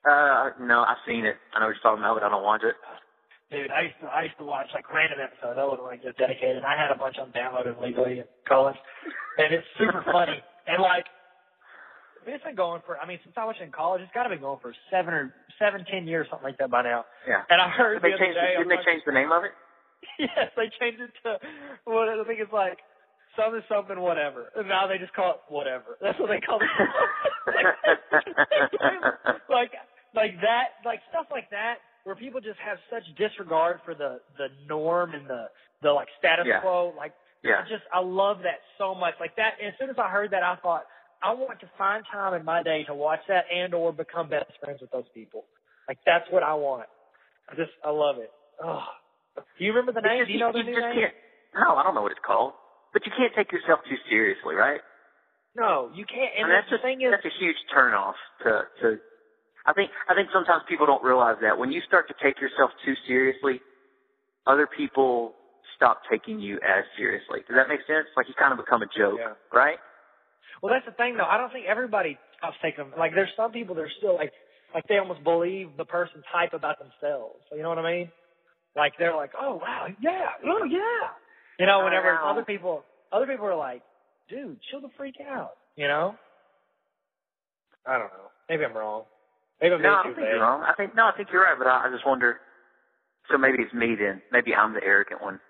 Uh, no, I've seen it. I know what you're talking about, but I don't watch it.
Dude, I used to I used to watch like random episodes. I would like just dedicated. I had a bunch of them downloaded legally in college, and it's super funny. And like, it's been going for. I mean, since I was in college, it's got to be going for seven or seven, ten years, something like that by now.
Yeah.
And I heard
Did
the
they
other
change?
day,
Didn't
I'm
they change the name of it?
(laughs) yes, they changed it to what I think it's like something something whatever. And now they just call it whatever. (laughs) That's what they call it. like like that like stuff like that where people just have such disregard for the the norm and the the like status
Yeah.
quo like
Yeah.
I just I love that so much. Like that as soon as I heard that I thought I want to find time in my day to watch that and or become best friends with those people. Like that's what I want. I just I love it. Oh. Do you remember the
It's
name?
just-
Do you know the new
just
name?
can't. No, I don't know what it's called. But you can't take yourself too seriously, right?
No, you can't. And
And
that's
that's
the
just
thing is,
that's a huge turnoff to to. I think I think sometimes people don't realize that when you start to take yourself too seriously, other people stop taking you as seriously. Does that make sense? Like you kind of become a joke,
Yeah.
right?
well, that's the thing though. I don't think everybody stops taking them. Like, there's some people that are still like, like they almost believe the person's hype about themselves. You know what I mean? Like they're like, oh wow, yeah, oh yeah. You know, whenever
Wow.
other people, other people are like, dude, chill the freak out. You know? I don't know. Maybe I'm wrong. Maybe I'm
No,
being
I don't
too
think you're
vague.
wrong. I think no, I think you're right. But I, I just wonder. So maybe it's me then. Maybe I'm the arrogant one.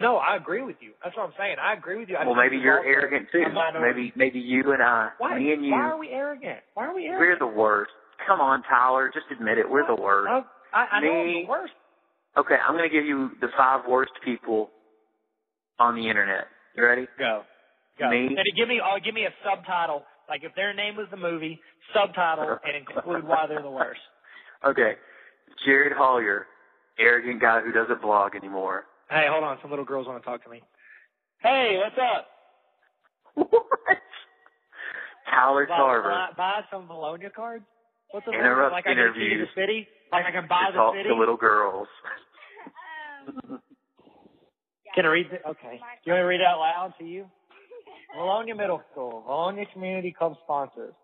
No, I agree with you. That's what I'm saying. I agree with you. I
Well,
think
maybe
we've
you're
all-
arrogant too.
I'm not-
Maybe maybe you and I,
Why?
me and you,
Why are we arrogant? Why are we arrogant?
we're the worst. Come on, Tyler, just admit it. We're the worst.
Oh, I, I know I'm
Me.
the worst. Oh.
Okay, I'm gonna give you the five worst people on the internet. You ready?
Go. Go.
Me?
And give me, oh, give me a subtitle. Like if their name was the movie,
(laughs)
subtitle and include why they're the worst.
Okay, Jared Hollier, arrogant guy who doesn't blog anymore. (laughs)
Hey, hold on. Some little girls want to talk to me. Hey, what's up?
What? Tyler
Buy-
Tarver,
Buy, buy some Bologna cards? What's the
Interrupt
like I can see
interviews.
the city? Like I can buy
to
the
talk
city?
to little girls.
Can I read it? Okay. Do you want me to read it out loud
(laughs)
to you? Bologna Middle School, Bologna Community Club sponsors.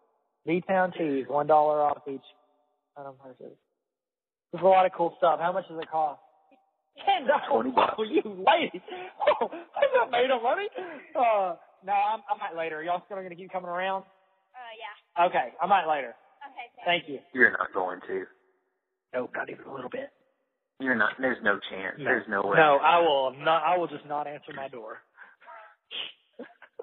V-Town Tees, $1 off each item purchase. There's a lot of cool stuff. How much does it cost? Ten
Twenty
dollars. (laughs)
bucks.
Oh, you lady. Oh, I not made of money. Uh, no, I'm, I might later. Y'all still gonna keep coming around?
Uh, yeah.
Okay, I might later.
Okay. Thanks.
Thank you.
You're not going to.
Nope, not even a little bit.
You're not. There's no chance.
No.
There's no way.
No, I
(laughs)
will not. I will just not answer my door. (laughs)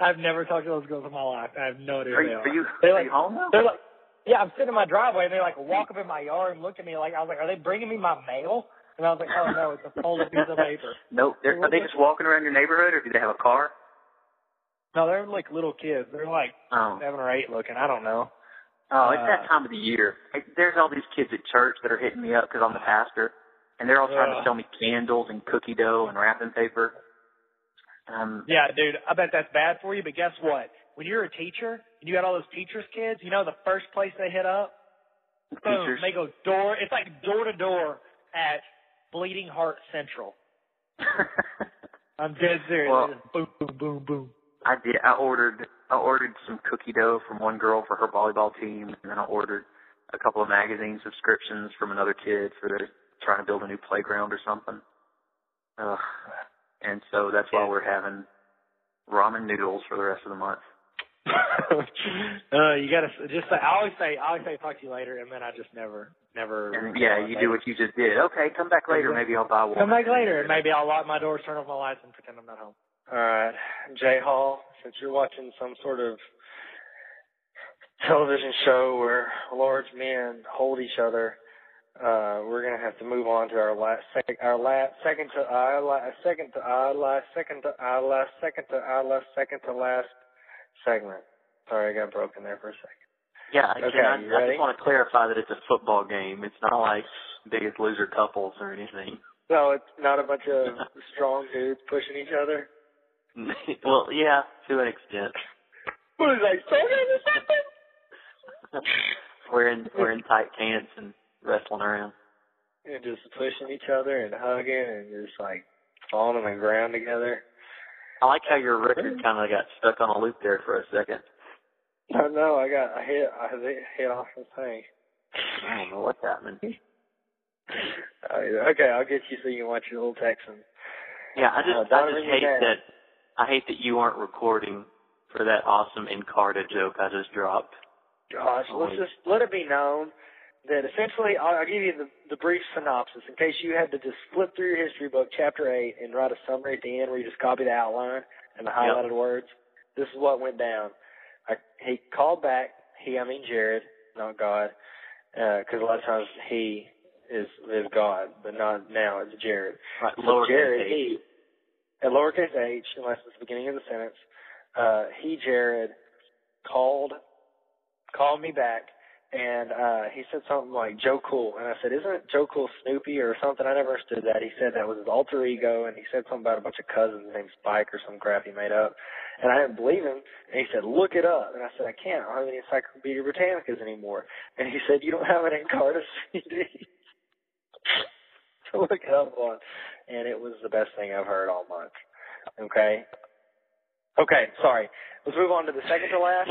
I've never talked to those girls in my life. I have no idea.
Are
who they
you,
are.
are you,
They
are
like-
you home now?
They're like, yeah, I'm sitting in my driveway, and they like walk up in my yard and look at me like I was like, are they bringing me my mail? And I was like, oh no, it's a folded piece of paper.
Nope. They're, are they just walking around your neighborhood, or do they have a car?
No, they're like little kids. They're like
Um,
seven or eight looking. I don't know.
Oh, it's
Uh,
that time of the year. Hey, There's all these kids at church that are hitting me up because I'm the pastor, and they're all trying
Ugh.
to sell me candles and cookie dough and wrapping paper. Um,
Yeah, dude, I bet that's bad for you. But guess what? When you're a teacher and you got all those teachers' kids, you know the first place they hit up boom,
teachers. (laughs)
they go door. It's like door to door at Bleeding Heart Central. I'm dead serious.
Well-
They just boom, boom, boom, boom.
I did. I ordered. I ordered some cookie dough from one girl for her volleyball team, and then I ordered a couple of magazine subscriptions from another kid for their trying to build a new playground or something. Ugh. And so that's why
Yeah.
we're having ramen noodles for the rest of the month.
(laughs) uh, you gotta s- just say. I always say, I always say, talk to you later, and then I just never, never.
And yeah, you do what you just did. Okay, come back later. Maybe I'll buy one.
Come back later, and maybe I'll lock my doors, turn off my lights, and pretend I'm not home.
All right, Jay Hall. Since you're watching some sort of television show where large men hold each other, uh, we're gonna have to move on to our last, sec- our last, second to our last, second to our last, second to our last, second to our last, second to last segment. Sorry, I got broken there for a second.
Yeah,
Okay,
can I,
you
I
ready?
just want to clarify that it's a football game. It's not like biggest loser couples or anything.
No, it's not a bunch of strong dudes pushing each other.
(laughs) well, yeah, to an extent.
What is that? Someone or something?
(laughs) Wearing wearing tight pants and wrestling around.
and just pushing each other and hugging and just like falling on the ground together.
I like how your record kind of got stuck on a loop there for a second.
I know I got I hit I hit- hit off the thing.
I don't know what's happening.
Uh, okay, I'll get you so you can watch your little Texan.
Yeah, I
Uh,
just I
Donovan,
just
you
hate
mad?
that I hate that you aren't recording for that awesome Encarta joke I just dropped.
Gosh, let's just let it be known that essentially I'll, I'll give you the, the brief synopsis in case you had to just flip through your history book, chapter eight, and write a summary at the end where you just copy the outline and the highlighted words. This is what went down. I, he called back. He, I mean Jared, not God, because a lot of times he is is God, but not now. It's Jared.
Right,
So
lowercase
Jared,
h.
he, at lowercase h, unless it's the beginning of the sentence, uh, he, Jared, called, called me back, and uh, he said something like Joe Cool, and I said, isn't Joe Cool Snoopy or something? I never understood that. He said that was his alter ego, and he said something about a bunch of cousins named Spike or some crap he made up, and I didn't believe him. And he said, look it up, and I said, I can't. I don't have any Encyclopedia Britannicas anymore. And he said, you don't have an Encarta CD. (laughs) to look it up on, and it was the best thing I've heard all month. Okay. Okay, sorry. Let's move on to the second to last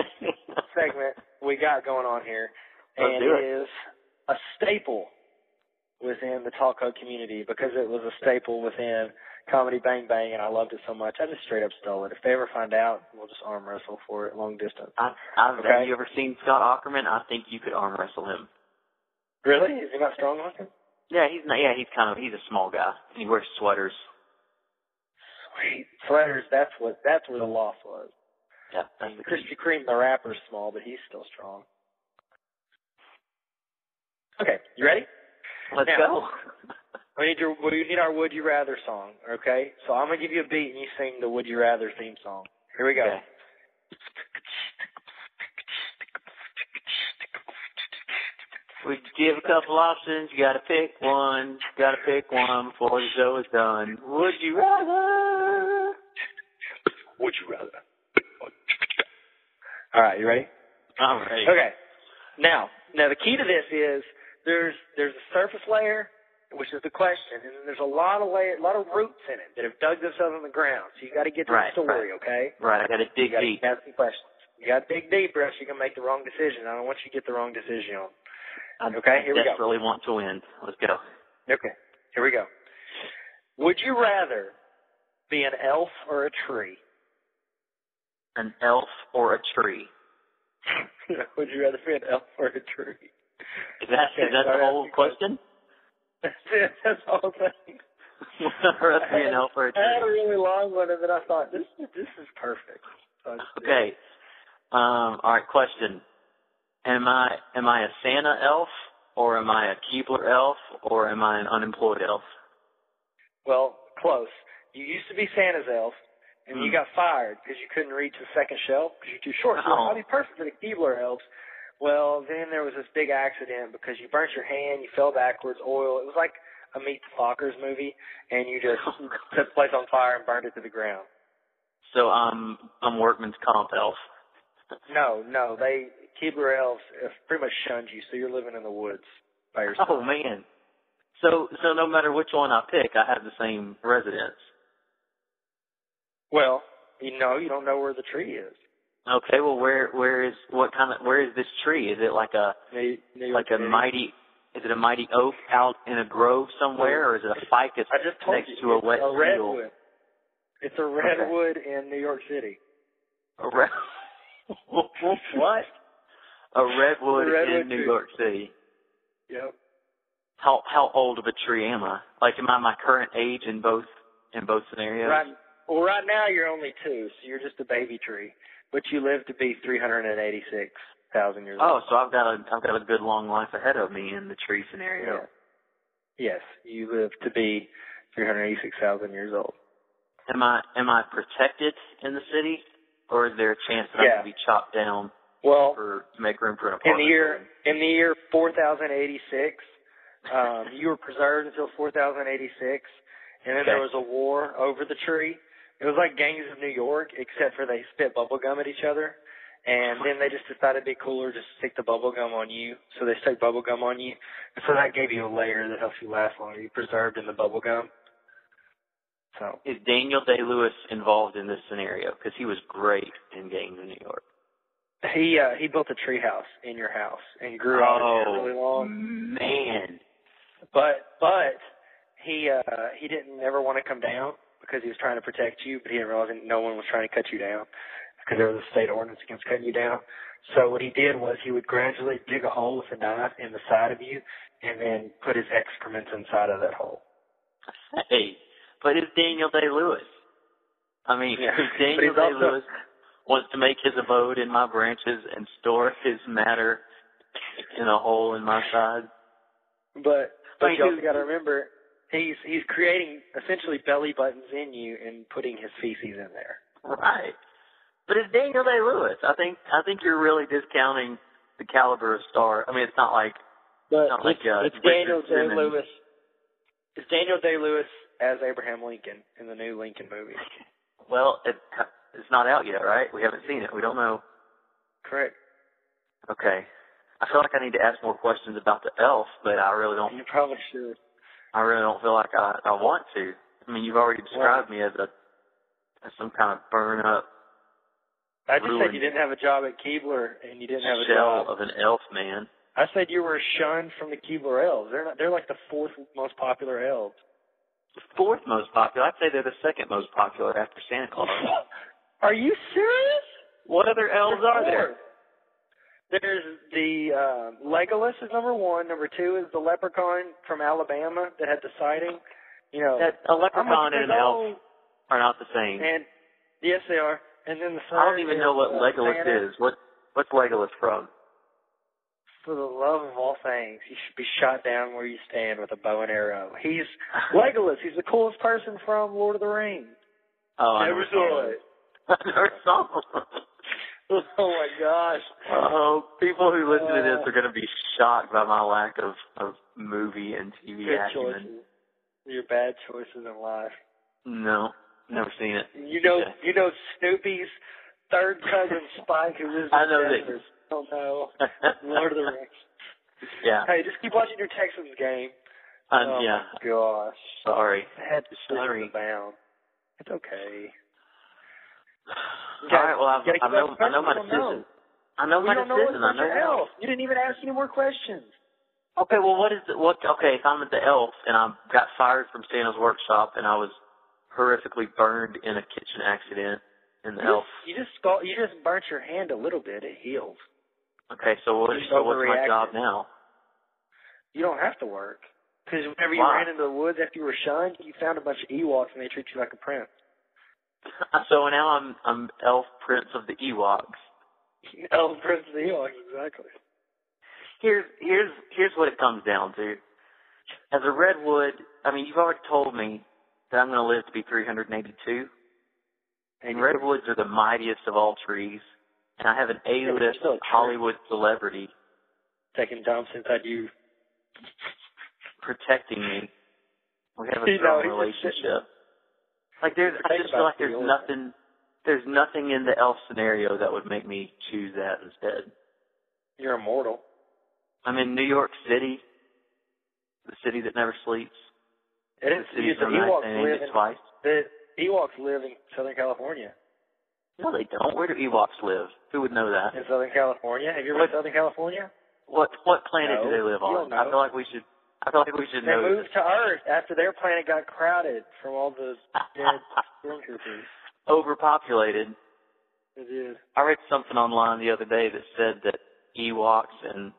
segment we got going on here,
Let's
and
do
it is a staple within the talk Talco community because it was a staple within Comedy Bang Bang, and I loved it so much. I just straight up stole it. If they ever find out, we'll just arm wrestle for it long distance.
I, I've,
Okay.
Have you ever seen Scott Ackerman? I think you could arm wrestle him.
Really? Is he not strong looking?
Yeah, he's not. Yeah, he's kind of. He's a small guy. He wears sweaters.
Sweet sweaters. That's what. That's where the loss was.
Yeah, that's the key.
Krispy Kreme the rapper's small, but he's still strong. Okay, you ready?
Let's
Now-
go.
We need your we need our Would You Rather song, okay? So I'm gonna give you a beat and you sing the Would You Rather theme song. Here we go.
Okay. (laughs) We give a couple options. You gotta pick one. Gotta pick one before the show is done. Would you rather?
Would you rather? All right, you ready?
I'm ready.
Okay. Now, now the key to this is there's there's a surface layer, which is the question, and then there's a lot of layer, a lot of roots in it that have dug themselves in the ground. So you got to get to
Right,
the story, okay?
Right, I gotta dig
you gotta
deep.
Ask some questions. You gotta dig deep, or else you can make the wrong decision. I don't want you to get the wrong decision on.
I
Okay, here we go.
desperately want to win. Let's go.
Okay. Here we go. Would you rather be an elf or a tree? (laughs)
An elf or a tree?
Would you rather be an elf or a tree? (laughs)
Is that,
Okay,
is that
sorry,
the whole
that's-
question? (laughs)
That's it. That's the whole thing.
Rather be an elf or a
I had a
tree?
really long one, and then I thought this is this is perfect. So I just did it.
Okay. Um, all right. Question: Am I am I a Santa elf or am I a Keebler elf or am I an unemployed elf?
Well, close. You used to be Santa's elf, and you
Hmm.
got fired because you couldn't reach the second shelf because you're too short. So
Oh.
I'll be perfect for the Keebler elves. Well, then there was this big accident because you burnt your hand, you fell backwards, oil. It was like a Meet the Fockers movie, and you just
Oh,
set the place on fire and burned it to the ground.
So I'm I'm workman's comp elf.
No, no, they Keebler elves have pretty much shunned you, so you're living in the woods by yourself.
(laughs) Oh man. So so no matter which one I pick, I have the same residence.
Well, you know, you don't know where the tree is.
Okay. Well, where where is what kind of where is this tree? Is it like a
New, New
like
York
a
City.
mighty? Is it a mighty oak out in a grove somewhere, or is it a ficus
I just told
next
you
to a
it's
wet
a
field?
redwood. It's a redwood in New York City.
A red (laughs) what? A redwood,
A redwood
in New
tree.
York City.
Yep.
How how old of a tree am I? Like am I my current age in both in both scenarios?
Right. Well, right now you're only two, so you're just a baby tree, but you live to be 386 thousand years old.
Oh, so I've got a I've got a good long life ahead of me in the tree scenario.
Yeah. Yes, you live to be 386 thousand years old.
Am I am I protected in the city, or is there a chance that
Yeah.
I could be chopped down
Well,
for to make room for an
in
apartment?
the year in the year 4086, um, you were preserved until 4086, and then
Okay.
there was a war over the tree. It was like Gangs of New York, except for they spit bubble gum at each other, and then they just decided it'd be cooler just to stick the bubble gum on you. So they stuck bubble gum on you, and so that gave you a layer that helps you last longer. You preserved in the bubble gum. So
(laughs) Is Daniel Day Lewis involved in this scenario? Because he was great in Gangs of New York.
he uh, he built a tree house in your house and grew out of
Oh.
it really long.
Man,
But but he uh he didn't ever want to come down because he was trying to protect you, but he didn't realize that no one was trying to cut you down because there was a state ordinance against cutting you down. So what he did was he would gradually dig a hole with a knife in the side of you, and then put his excrement inside of that hole.
hey, but it's Daniel Day Lewis. I mean,
Yeah,
if
(laughs) but
Daniel
he's
Day
also-
Lewis wants to make his abode in my branches and store his matter in a hole in my side.
But but
Wait,
you also
who-
got to remember he's he's creating essentially belly buttons in you and putting his feces in there.
Right. But it's Daniel Day Lewis. I think I think you're really discounting the caliber of star. I mean, it's not like
But
Sounds like,
it's,
uh,
it's
Richard
Daniel Day
Simmons.
Lewis. It's Daniel Day Lewis as Abraham Lincoln in the new Lincoln movie.
well, it, it's not out yet, right? We haven't seen it. We don't know.
Correct.
Okay. I feel like I need to ask more questions about the elf, but I really don't.
You probably should.
I really don't feel like I, I want to. I mean, you've already described me as a as some kind of burn up
I just said
Ruined.
you didn't have a job at Keebler and you didn't have a
shell
job.
of an elf man.
I said you were shunned from the Keebler elves. They're not. They're like the fourth most popular elves.
The fourth most popular. I'd say they're the second most popular after Santa Claus.
Are you serious?
what other elves are there?
There's the um, Legolas is number one. Number two is the leprechaun from Alabama that had the sighting. You know,
That a
I'm like,
leprechaun and an
there's
elf
all-
are not the same.
And yes, they are. And then the third
I don't even
is,
know what
uh,
Legolas
Santa.
is. What what's Legolas from? (laughs)
For the love of all things, you should be shot down where you stand with a bow and arrow.
(laughs)
He's Legolas. He's the coolest person from Lord of the Rings.
Oh, I
Never saw it.
(laughs) I never saw him.
(laughs) Oh my gosh.
Oh, people who listen to this
Uh.
are going to be shocked by my lack of of movie and TV
Good
acumen.
choices. Your bad choices in life.
No, never seen it.
You know,
Okay.
you know Snoopy's third
(laughs)
cousin Spike, who lives in
I know that-
Denver. Oh no, (laughs) Lord of the
(laughs)
Rings.
yeah,
Hey, just keep watching your Texans game.
um,
oh
yeah.
my gosh.
Sorry.
I had to
Sorry.
Sorry. bound. It's okay.
All right. Well, I've,
Gotta
I
keep
know.
that
I know my
personal
decision.
note.
I know
We
my
don't know
decision. I
what's
know.
else. You didn't even ask any more questions.
Okay, well, what is the, what? Okay, if I'm at the Elf and I got fired from Santa's workshop and I was horrifically burned in a kitchen accident in the
You
Elf.
just, (laughs) you just scald- you just burnt your hand a little bit. It heals.
Okay, so what is
Just
so what's my
overreacted.
job now? (laughs)
You don't have to work because whenever you
Why?
ran into the woods after you were shunned, you found a bunch of Ewoks and they treat you like a prince. (laughs)
so now I'm I'm Elf Prince of the Ewoks.
Oh, Prince of the Ewoks, exactly.
here's here's here's what it comes down to. As a redwood, I mean, you've already told me that I'm going to live to be 382, and redwoods are the mightiest of all trees. And I have an
they're
A-list
still a tree.
Hollywood celebrity
Taking Thompson inside you.
protecting me. We have a
You know,
strong
he's just
relationship. Like there's, I
Think
just feel
about
like there's
the old-
nothing, there's nothing in the elf scenario that would make me choose that instead.
You're immortal.
I'm in New York City, the city that never sleeps.
It is.
the city
the
from
Ewoks
1980
live in
twice.
the Ewoks live in Southern California.
No, they don't. Where do Ewoks live? Who would know that?
In Southern California, have you ever been to Southern California?
What what planet do
No,
they live
you
on?
don't
I
know.
feel like we should. I feel like we should
They
know.
moved to Earth after their planet got crowded from all the
(laughs)
dead stormtroopers.
Overpopulated.
It is.
I read something online the other day that said that Ewoks and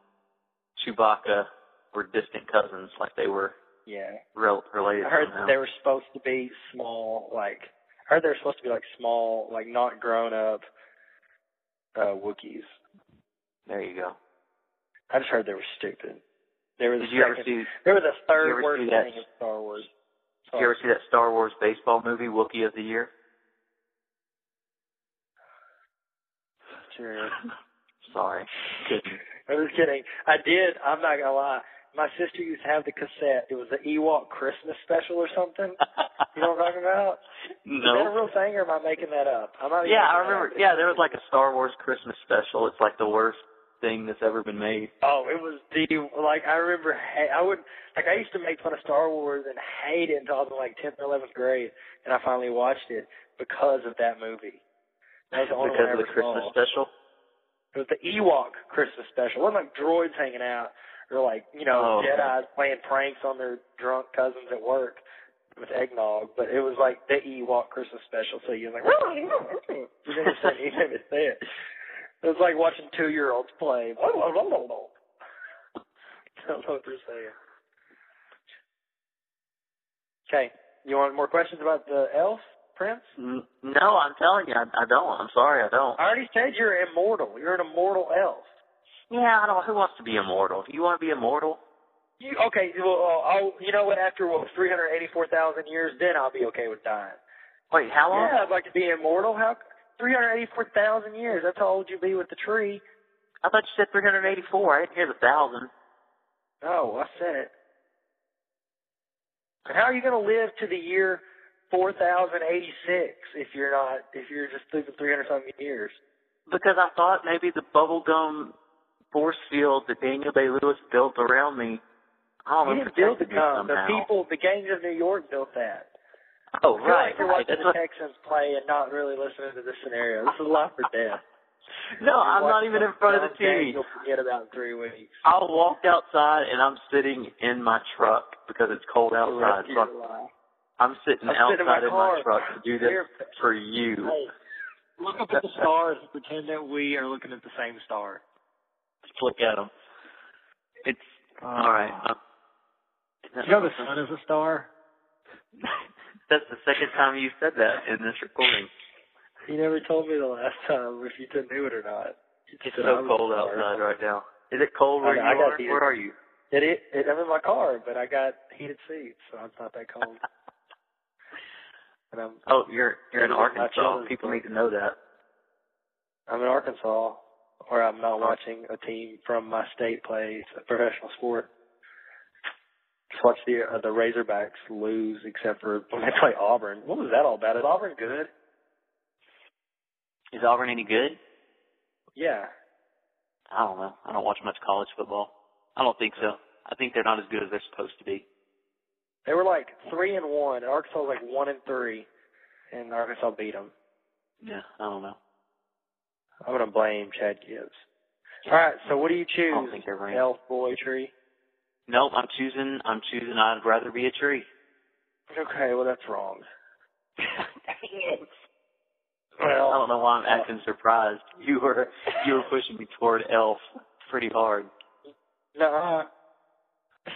Chewbacca were distant cousins, like they were
Yeah.
rel- related.
I heard
somehow.
they were supposed to be small, like I heard they were supposed to be like small, like not grown up uh Wookiees.
There you go.
I just heard they were stupid. They were the
Did you ever
second,
see?
they were the
you ever
third worst
see that-
thing in Star Wars.
Did you ever see that Star Wars baseball movie, Wookiee of the Year?
Sure.
Sorry, couldn't.
I'm just kidding. (laughs) I did. I'm not gonna lie. My sister used to have the cassette. It was the Ewok Christmas special or something. (laughs) You
(laughs)
know what I'm talking about? Is that a
no.
real thing, or am I making that up? I might be
Yeah, I
making that
remember.
up.
Yeah, there was like a Star Wars Christmas special. It's like the worst thing that's ever been made.
Oh, it was the like I remember. ha- I would like I used to make fun of Star Wars and hate it until I was in like tenth or eleventh grade, and I finally watched it because of that movie. That was the only
because of
one I
the
ever
Christmas
saw.
special.
It was the Ewok Christmas special. It wasn't like droids hanging out or like, you
Oh,
know,
okay.
Jedi's playing pranks on their drunk cousins at work with eggnog, but it was like the Ewok Christmas special. So you're like, you never said you never said it. It was like watching two year olds play. (laughs) I don't know what they're saying. Okay. You want more questions about the elf, Prince?
N- No, I'm telling you, I, I don't. I'm sorry, I don't.
I already said you're immortal. You're an immortal elf.
Yeah, I don't. Who wants to be immortal? If you want to be immortal,
You, okay, well, uh, I'll, you know what? After what, 384,000 years, then I'll be okay with dying.
wait, how long?
Yeah, I'd like to be immortal. How? 384,000 years. That's how old you be with the tree.
I thought you said 384. I didn't hear the thousand.
Oh, I said it. And how are you going to live to the year 4086 if you're not, if you're just sleeping 300 something years?
Because I thought maybe the bubblegum force field that Daniel Day Lewis built around me. I
you
don't know,
didn't build
protected
the
me
gun. The
somehow.
people, the gangs of New York built that.
Oh,
I feel
right.
like you're
right.
watching
That's
the
what,
Texans play and not really listening to this scenario. This is life or death.
(laughs) no, I'm not even in front of the
Game
TV.
You'll forget about in three weeks.
I walked outside and I'm sitting in my truck because it's cold
The
outside. So
rest of your
(laughs) I'm-
life.
I'm sitting
I'm
outside
sitting in my car.
truck to do this
Here.
for you.
Hey, look up at the stars and pretend that we are looking at the same star.
Look at them. It's all right. Uh,
You know the sun is a star.
That's the second time you said that in this recording.
You never told me the last time if you knew it or not. You
It's
said I
so
was a
cold
star.
outside right now. Is it cold where
I
you
know, I got
are?
the-
Where are you?
It, it, it, I'm in my car, but I got heated seats, so it's not
(laughs)
that cold. and I'm
Oh, you're you're in
My
Arkansas.
children's
People
book.
need to know that.
I'm in Arkansas, where I'm
Uh-huh.
not watching a team from my state play a professional sport. Just watch the uh, the Razorbacks lose, except for when they play Auburn. What was that all about? Is Auburn good?
Is Auburn any good?
Yeah,
I don't know. I don't watch much college football. I don't think so. I think they're not as good as they're supposed to be.
they were like three and one. and Arkansas was like one and three, and Arkansas beat them.
Yeah, I don't know.
I'm gonna blame Chad Gibbs. All right, so what do you
I don't
choose?
think they're ranked.
Elf boy tree.
Nope, I'm choosing. I'm choosing. I'd rather be a tree.
Okay, well that's wrong.
Dang it.
I
Well,
don't know why I'm acting surprised. You were you were pushing me toward elf pretty hard.
nuh (laughs)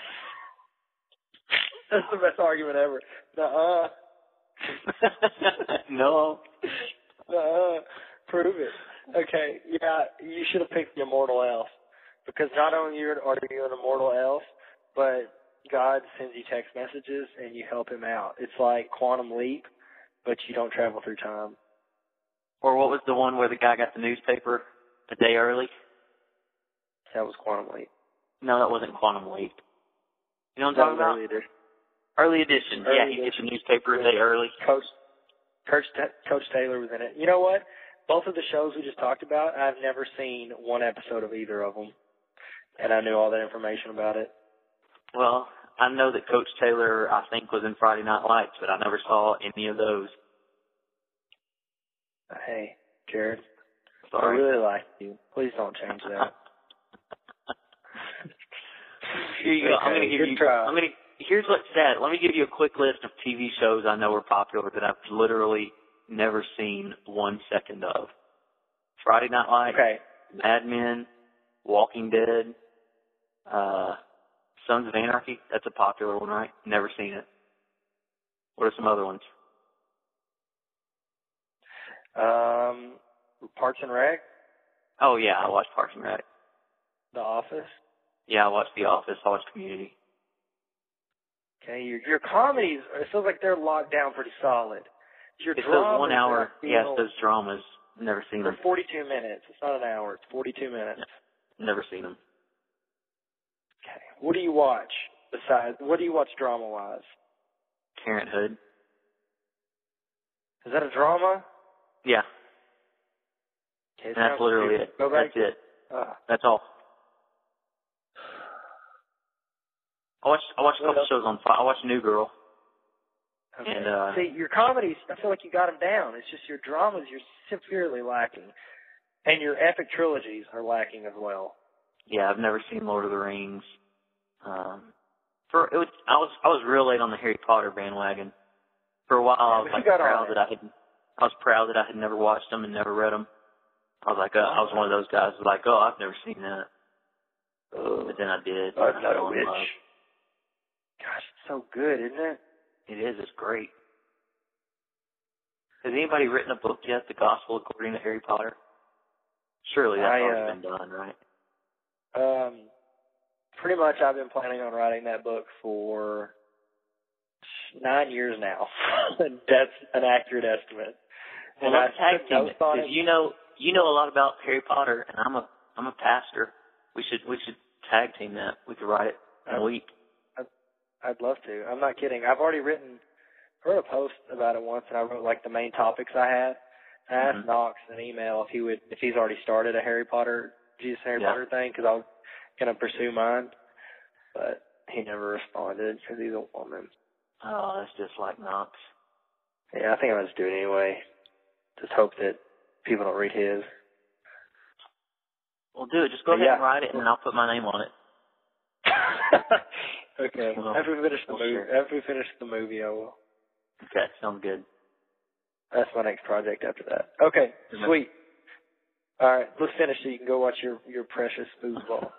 That's the best argument ever.
(laughs)
Nuh-uh.
no.
Nuh-uh. Prove it. Okay, yeah, you should have picked the immortal elf. Because not only you're- are you an immortal elf, but God sends you text messages and you help him out. It's like quantum leap, but you don't travel through time.
Or what was the one where the guy got the newspaper a day early?
That was quantum leap.
No, that wasn't Quantum Leap. You know what I'm talking
That was
about?
early edition.
Early edition.
Early
yeah, he gets a newspaper a day early.
Coach Coach Ta- Coach Taylor was in it. You know what? Both of the shows we just talked about, I've never seen one episode of either of them, and I knew all that information about it.
Well, I know that Coach Taylor, I think, was in Friday Night Lights, but I never saw any of those.
Hey, Jared, I
Sorry.
really like you. Please don't change that.
(laughs) Here you go. I'm
Okay,
gonna give
good
you.
try.
I'm gonna. Here's what's sad. Let me give you a quick list of TV shows I know are popular that I've literally never seen one second of. Friday Night Lights,
Okay,
Mad Men, Walking Dead, uh, Sons of Anarchy. That's a popular one, right? Never seen it. What are some other ones?
um, Parks and Rec,
Oh yeah, I watched Parks and Rec.
The Office.
Yeah, I watched The Office. I watched Community.
Okay, your your comedies. It feels like they're locked down pretty solid. Your
It's
dramas,
those one hour.
I
Yeah,
feel,
it's those dramas. Never seen them.
they're 42 minutes. It's not an hour. It's 42 minutes.
Never seen them.
Okay. What do you watch besides? What do you watch drama wise?
Parenthood.
Is that a drama?
Yeah,
Okay,
and that's
sounds
literally
stupid.
it.
Go back.
That's it.
Uh,
That's all. I watched I watched a
What
couple
else?
shows on. Fi- I watched New Girl.
okay.
And, uh,
See, your comedies. I feel like you got them down. It's just your dramas. You're severely lacking, and your epic trilogies are lacking as well.
Yeah, I've never seen Lord of the Rings. Um, for it was I was I was real late on the Harry Potter bandwagon. For a while, I was
but
like
you got
proud
on it.
that I had I was proud that I had never watched them and never read them. I was like, uh, I was one of those guys who was like, oh, I've never seen that,
Ugh,
but then I did. and I
I'm not a
fell in
witch.
love.
Gosh, it's so good, isn't it?
It is. It's great. Has anybody written a book yet? The Gospel According to Harry Potter. Surely that's
I,
already
uh,
been done, right?
Um, pretty much, I've been planning on writing that book for nine years now. (laughs) That's an accurate estimate.
Well,
and I
let's tag
put
team
notes
it
on
'cause
it.
you know you know a lot about Harry Potter, and I'm a I'm a pastor. We should we should tag team that. We could write it in a
Okay.
week.
I'd love to. I'm not kidding. I've already written I wrote a post about it once and I wrote like the main topics I had. I asked
Mhm.
Knox in an email if he would if he's already started a Harry Potter Jesus Harry
Yeah.
Potter thing because I was gonna pursue mine, but he never responded because he's a woman.
Oh, that's just like Knox.
Yeah, I think I'm gonna just do it anyway. Just hope that people don't read his. (laughs)
Well, do it. Just go
But
ahead and
yeah.
write it, and then I'll put my name on it.
okay.
Well,
after we finish the
well,
movie,
sure.
after we finish the movie, I will.
Okay, sounds good.
That's my next project after that. Okay, sweet. All right, let's finish so you can go watch your your precious foosball.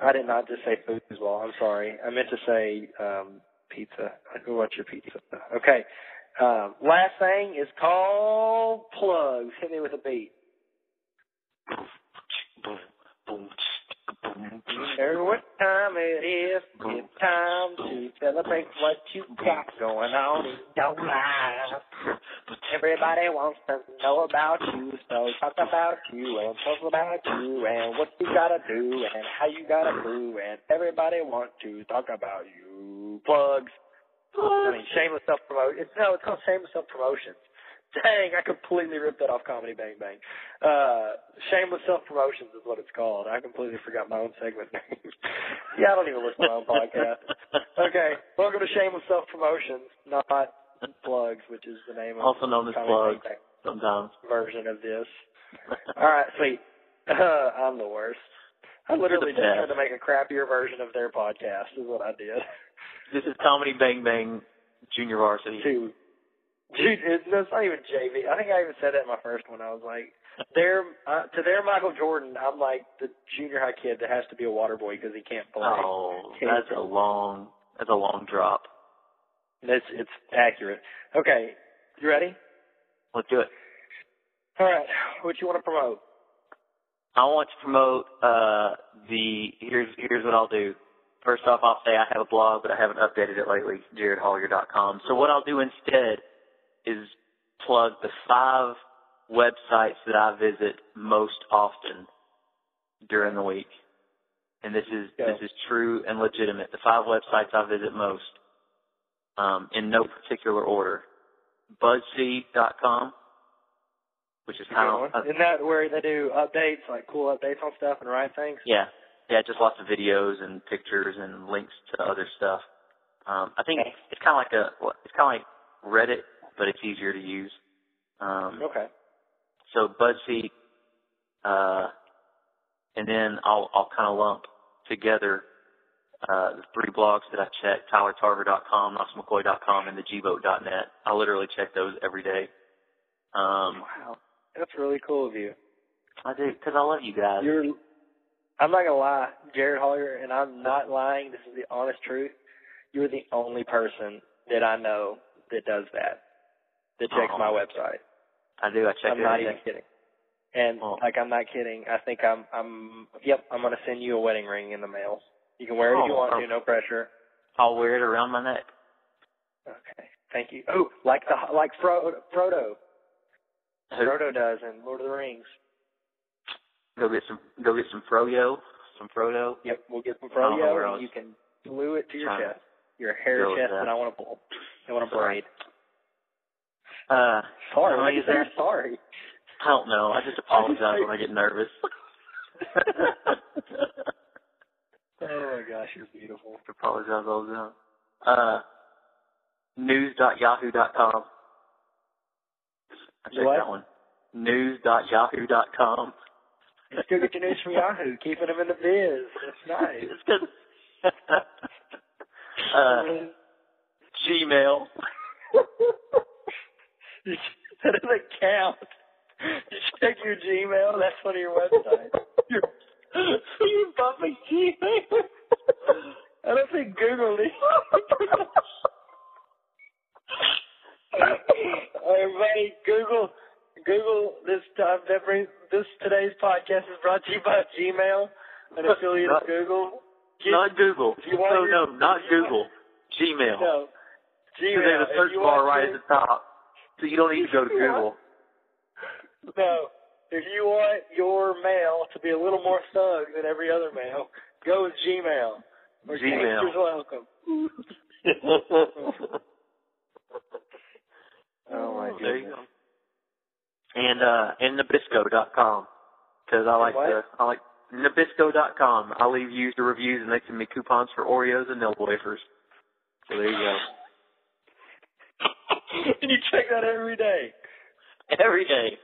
I did not just say foosball. I'm sorry. I meant to say um, pizza. Go watch your pizza. Okay. Um, last thing is called plugs. Hit me with a beat. Every what time it is, it's time to celebrate what you got going on in your life. Everybody wants to know about you, so talk about you and talk about you and what you gotta do and how you gotta do and everybody wants to talk about you. Plugs. I mean, shameless self promotion. It's no, it's called shameless self promotions. Dang, I completely ripped that off Comedy Bang Bang. Uh, shameless self promotions is what it's called. I completely forgot my own segment name. (laughs) yeah, I don't even listen to my own podcast. Okay, welcome to Shameless Self Promotions, not Plugs, which is the name of
Also known as
Comedy
plugs
Bang
sometimes. (laughs)
(laughs) Bang version of this. All right, sweet. Uh, I'm the worst. I literally just
best.
tried to make a crappier version of their podcast. Is what I did.
This is Comedy Bang Bang Junior Varsity.
Dude, dude, it, no, it's not even JV. I think I even said that in my first one. I was like, "Their uh, to their Michael Jordan, I'm like the junior high kid that has to be a water boy because he can't play."
Oh, that's a long, that's a long drop.
That's it's accurate. Okay, you ready?
Let's do it.
All right, what you want to promote?
I want to promote uh the here's here's what I'll do. First off, I'll say I have a blog, but I haven't updated it lately. JaredHollier.com. So what I'll do instead is plug the five websites that I visit most often during the week, and this is
Go.
this is true and legitimate. The five websites I visit most, um, in no particular order: BuzzFeed.com, which is kind of
Isn't that where they do updates, like cool updates on stuff and write things?
yeah. Yeah, just lots of videos and pictures and links to other stuff. Um, I think
Okay.
it's kind of like a it's kind of like Reddit, but it's easier to use. Um,
Okay.
so BuzzFeed, uh, and then I'll I'll kind of lump together uh, the three blogs that I check: TylerTarver.com, NoxMcCoy.com, and theGboat.net. I literally check those every day. Um,
Wow, that's really cool of you.
I do because I love you guys.
You're, I'm not gonna lie, Jared Hollier, and I'm not lying. This is the honest truth. You're the only person that I know that does that, that checks
Aw.
my website.
I do. I Uh-huh. check Uh-huh.
I'm not
every day.
even kidding. And
Aw.
like, I'm not kidding. I think I'm. I'm. Yep. I'm gonna send you a wedding ring in the mail. You can wear it if you
Aw.
want to. No pressure.
I'll wear it around my neck.
Okay. Thank you. Oh, like the like Fro, Frodo.
Who-
Frodo does in Lord of the Rings.
Go get some. Go get some froyo. Some frodo.
Yep, we'll get some
I don't know where
froyo,
else.
and you can glue it to your
Trying to
chest, your hair
go with
chest,
that.
and I want to pull. I want to
Sorry.
braid.
Uh,
Sorry,
How
why
many
you
is
say
that?
sorry?
I don't know. I just apologize when I get
(laughs)
nervous. (laughs)
Oh my gosh, you're beautiful.
apologize all the time. Uh, news.yahoo.com. I checked
What?
that one. News.yahoo.com.
You still get your news from Yahoo, keeping them in the biz. That's nice.
It's good. (laughs) uh, Gmail.
that doesn't count. You check your Gmail. That's one of your websites.
you bumping Gmail.
I don't think Google it. Everybody, Google, Google this time. That brings, this today's podcast is brought to you by Gmail,
(laughs)
an affiliate
Not-
of Google. Get-
Not Google.
You want
No,
your-
no, not Google. Gmail.
no, Gmail.
Because there's a search
If you
bar
want
right
to-
at the top. So you don't need to go to Google.
No. If you want your mail to be a little more thug than every other mail, go with Gmail. Or
Gmail.
You're welcome. Oh my goodness.
(laughs) There you go. And uh and Nabisco.com. Because I like
what?
the I like Nabisco.com. I leave you the reviews and they send me coupons for Oreos and Nil wafers. So there you go.
and you check that every day.
(laughs) Every day.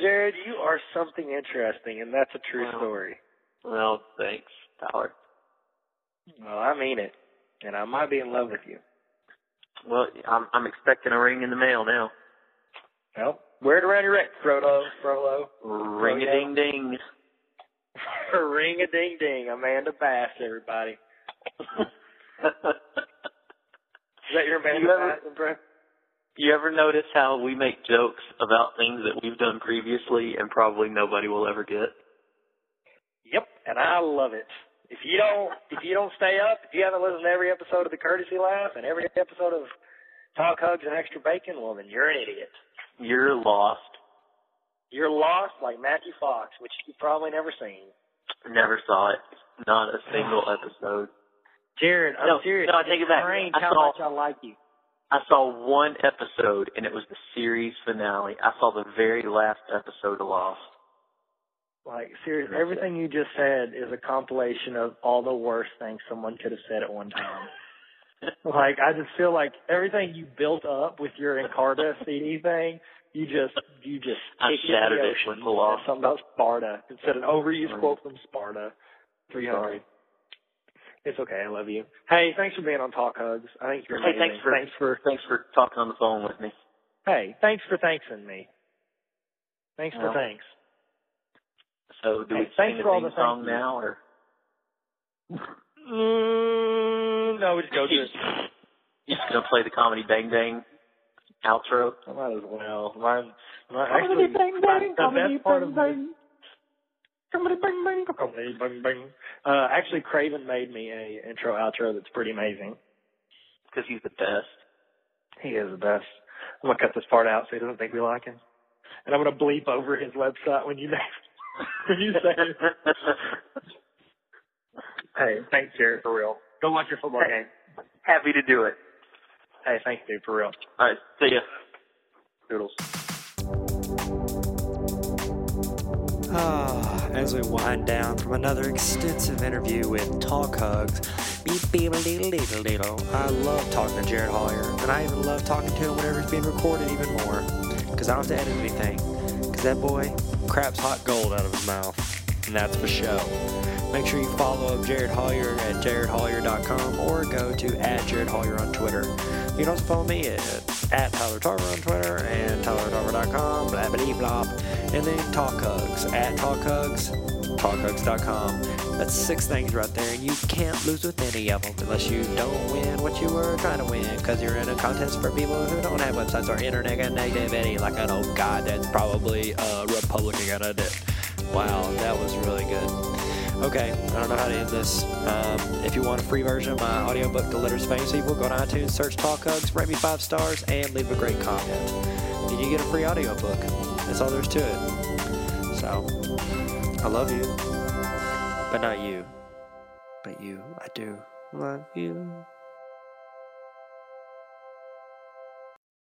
Jared, you are something interesting, and that's a true
Wow.
story.
Well, thanks, Tyler.
Well, I mean it, and I might be in love with you.
Well, I'm I'm expecting a ring in the mail now.
Well, wear it around your neck, Frodo. Frollo.
Ring a ding ding.
(laughs) Ring a ding ding, Amanda Bass, everybody. Is that your Amanda
You ever-
Bass impression?
(laughs) You ever notice how we make jokes about things that we've done previously and probably nobody will ever get?
Yep, and I love it. If you don't, if you don't stay up, if you haven't listened to every episode of the Courtesy Laugh and every episode of Talk Hugs and Extra Bacon, well then you're an idiot.
You're lost.
You're lost like Matthew Fox, which you've probably never seen.
Never saw it. Not a single episode.
Jared, I'm
No,
serious.
no, I take it back.
Strange
I
how
saw-
much I like you.
I saw one episode and it was the series finale. I saw the very last episode of Lost.
Like seriously,
That's
everything
(laughs)
you just said is a compilation of all the worst things someone could have said at one time.
Like I just feel like everything you built up with your
(laughs)
Encarta CD thing, you just you just
I
kick
shattered
it in the
it
ocean.
with the law.
Said Something about Sparta. It said an overused quote from Sparta. Three hundred.
Mm-hmm. Sorry.
It's okay. I love you. Hey, thanks for being on Talk Hugs. I think you're
Hey,
amazing.
thanks for-
thanks for
Thanks for talking on the phone with me.
hey thanks for thanksing me. Thanks for
Well,
thanks.
So do we
Hey, thanks
sing a
for all the
theme song
thank yous.
now or
Mm, no, we just go to it.
you just gonna play the comedy bang bang outro?
I might as well. Mine, mine actually, mine- the best part of this. Comedy bang bang, comedy bang bang. Uh, actually, Craven made me a intro outro that's pretty amazing.
Because he's the best.
(laughs)
(laughs)
He is the best. I'm gonna cut this part out so he doesn't think we like him, and I'm gonna bleep over his website when you (laughs) when you say, it. "Hey, thanks, Jared, for real. Go watch your football game."
Happy to do it.
Hey, thanks, dude, for real.
All right, see ya.
Doodles.
Ah, as we wind down from another extensive interview with Talk Hugs, beep, beep, diddle, diddle, diddle. I love talking to Jared Hollier, and I even love talking to him whenever it's being recorded even more, because I don't have to edit anything, because that boy craps hot gold out of his mouth, and that's for show. Make sure you follow up Jared Hollier at jaredhollier.com or go to at Jared Hollier on Twitter. You can also follow me at, at Tyler Tarver on Twitter and TylerTarver.com, blah, blah, blah. E And then Talk Hugs at Talk Hugs, TalkHugs.com. That's six things right there, and you can't lose with any of them unless you don't win what you were trying to win because you're in a contest for people who don't have websites or internet negativity like an old guy that's probably a Republican gonna do. Wow, that was really good. Okay, I don't know how to end this. Um, if you want a free version of my audiobook, The Letters of Famous People, go to iTunes, search Talk Hugs, rate me five stars, and leave a great comment. And you get a free audiobook. That's all there is to it. So, I love you. But not you. But you, I do love you.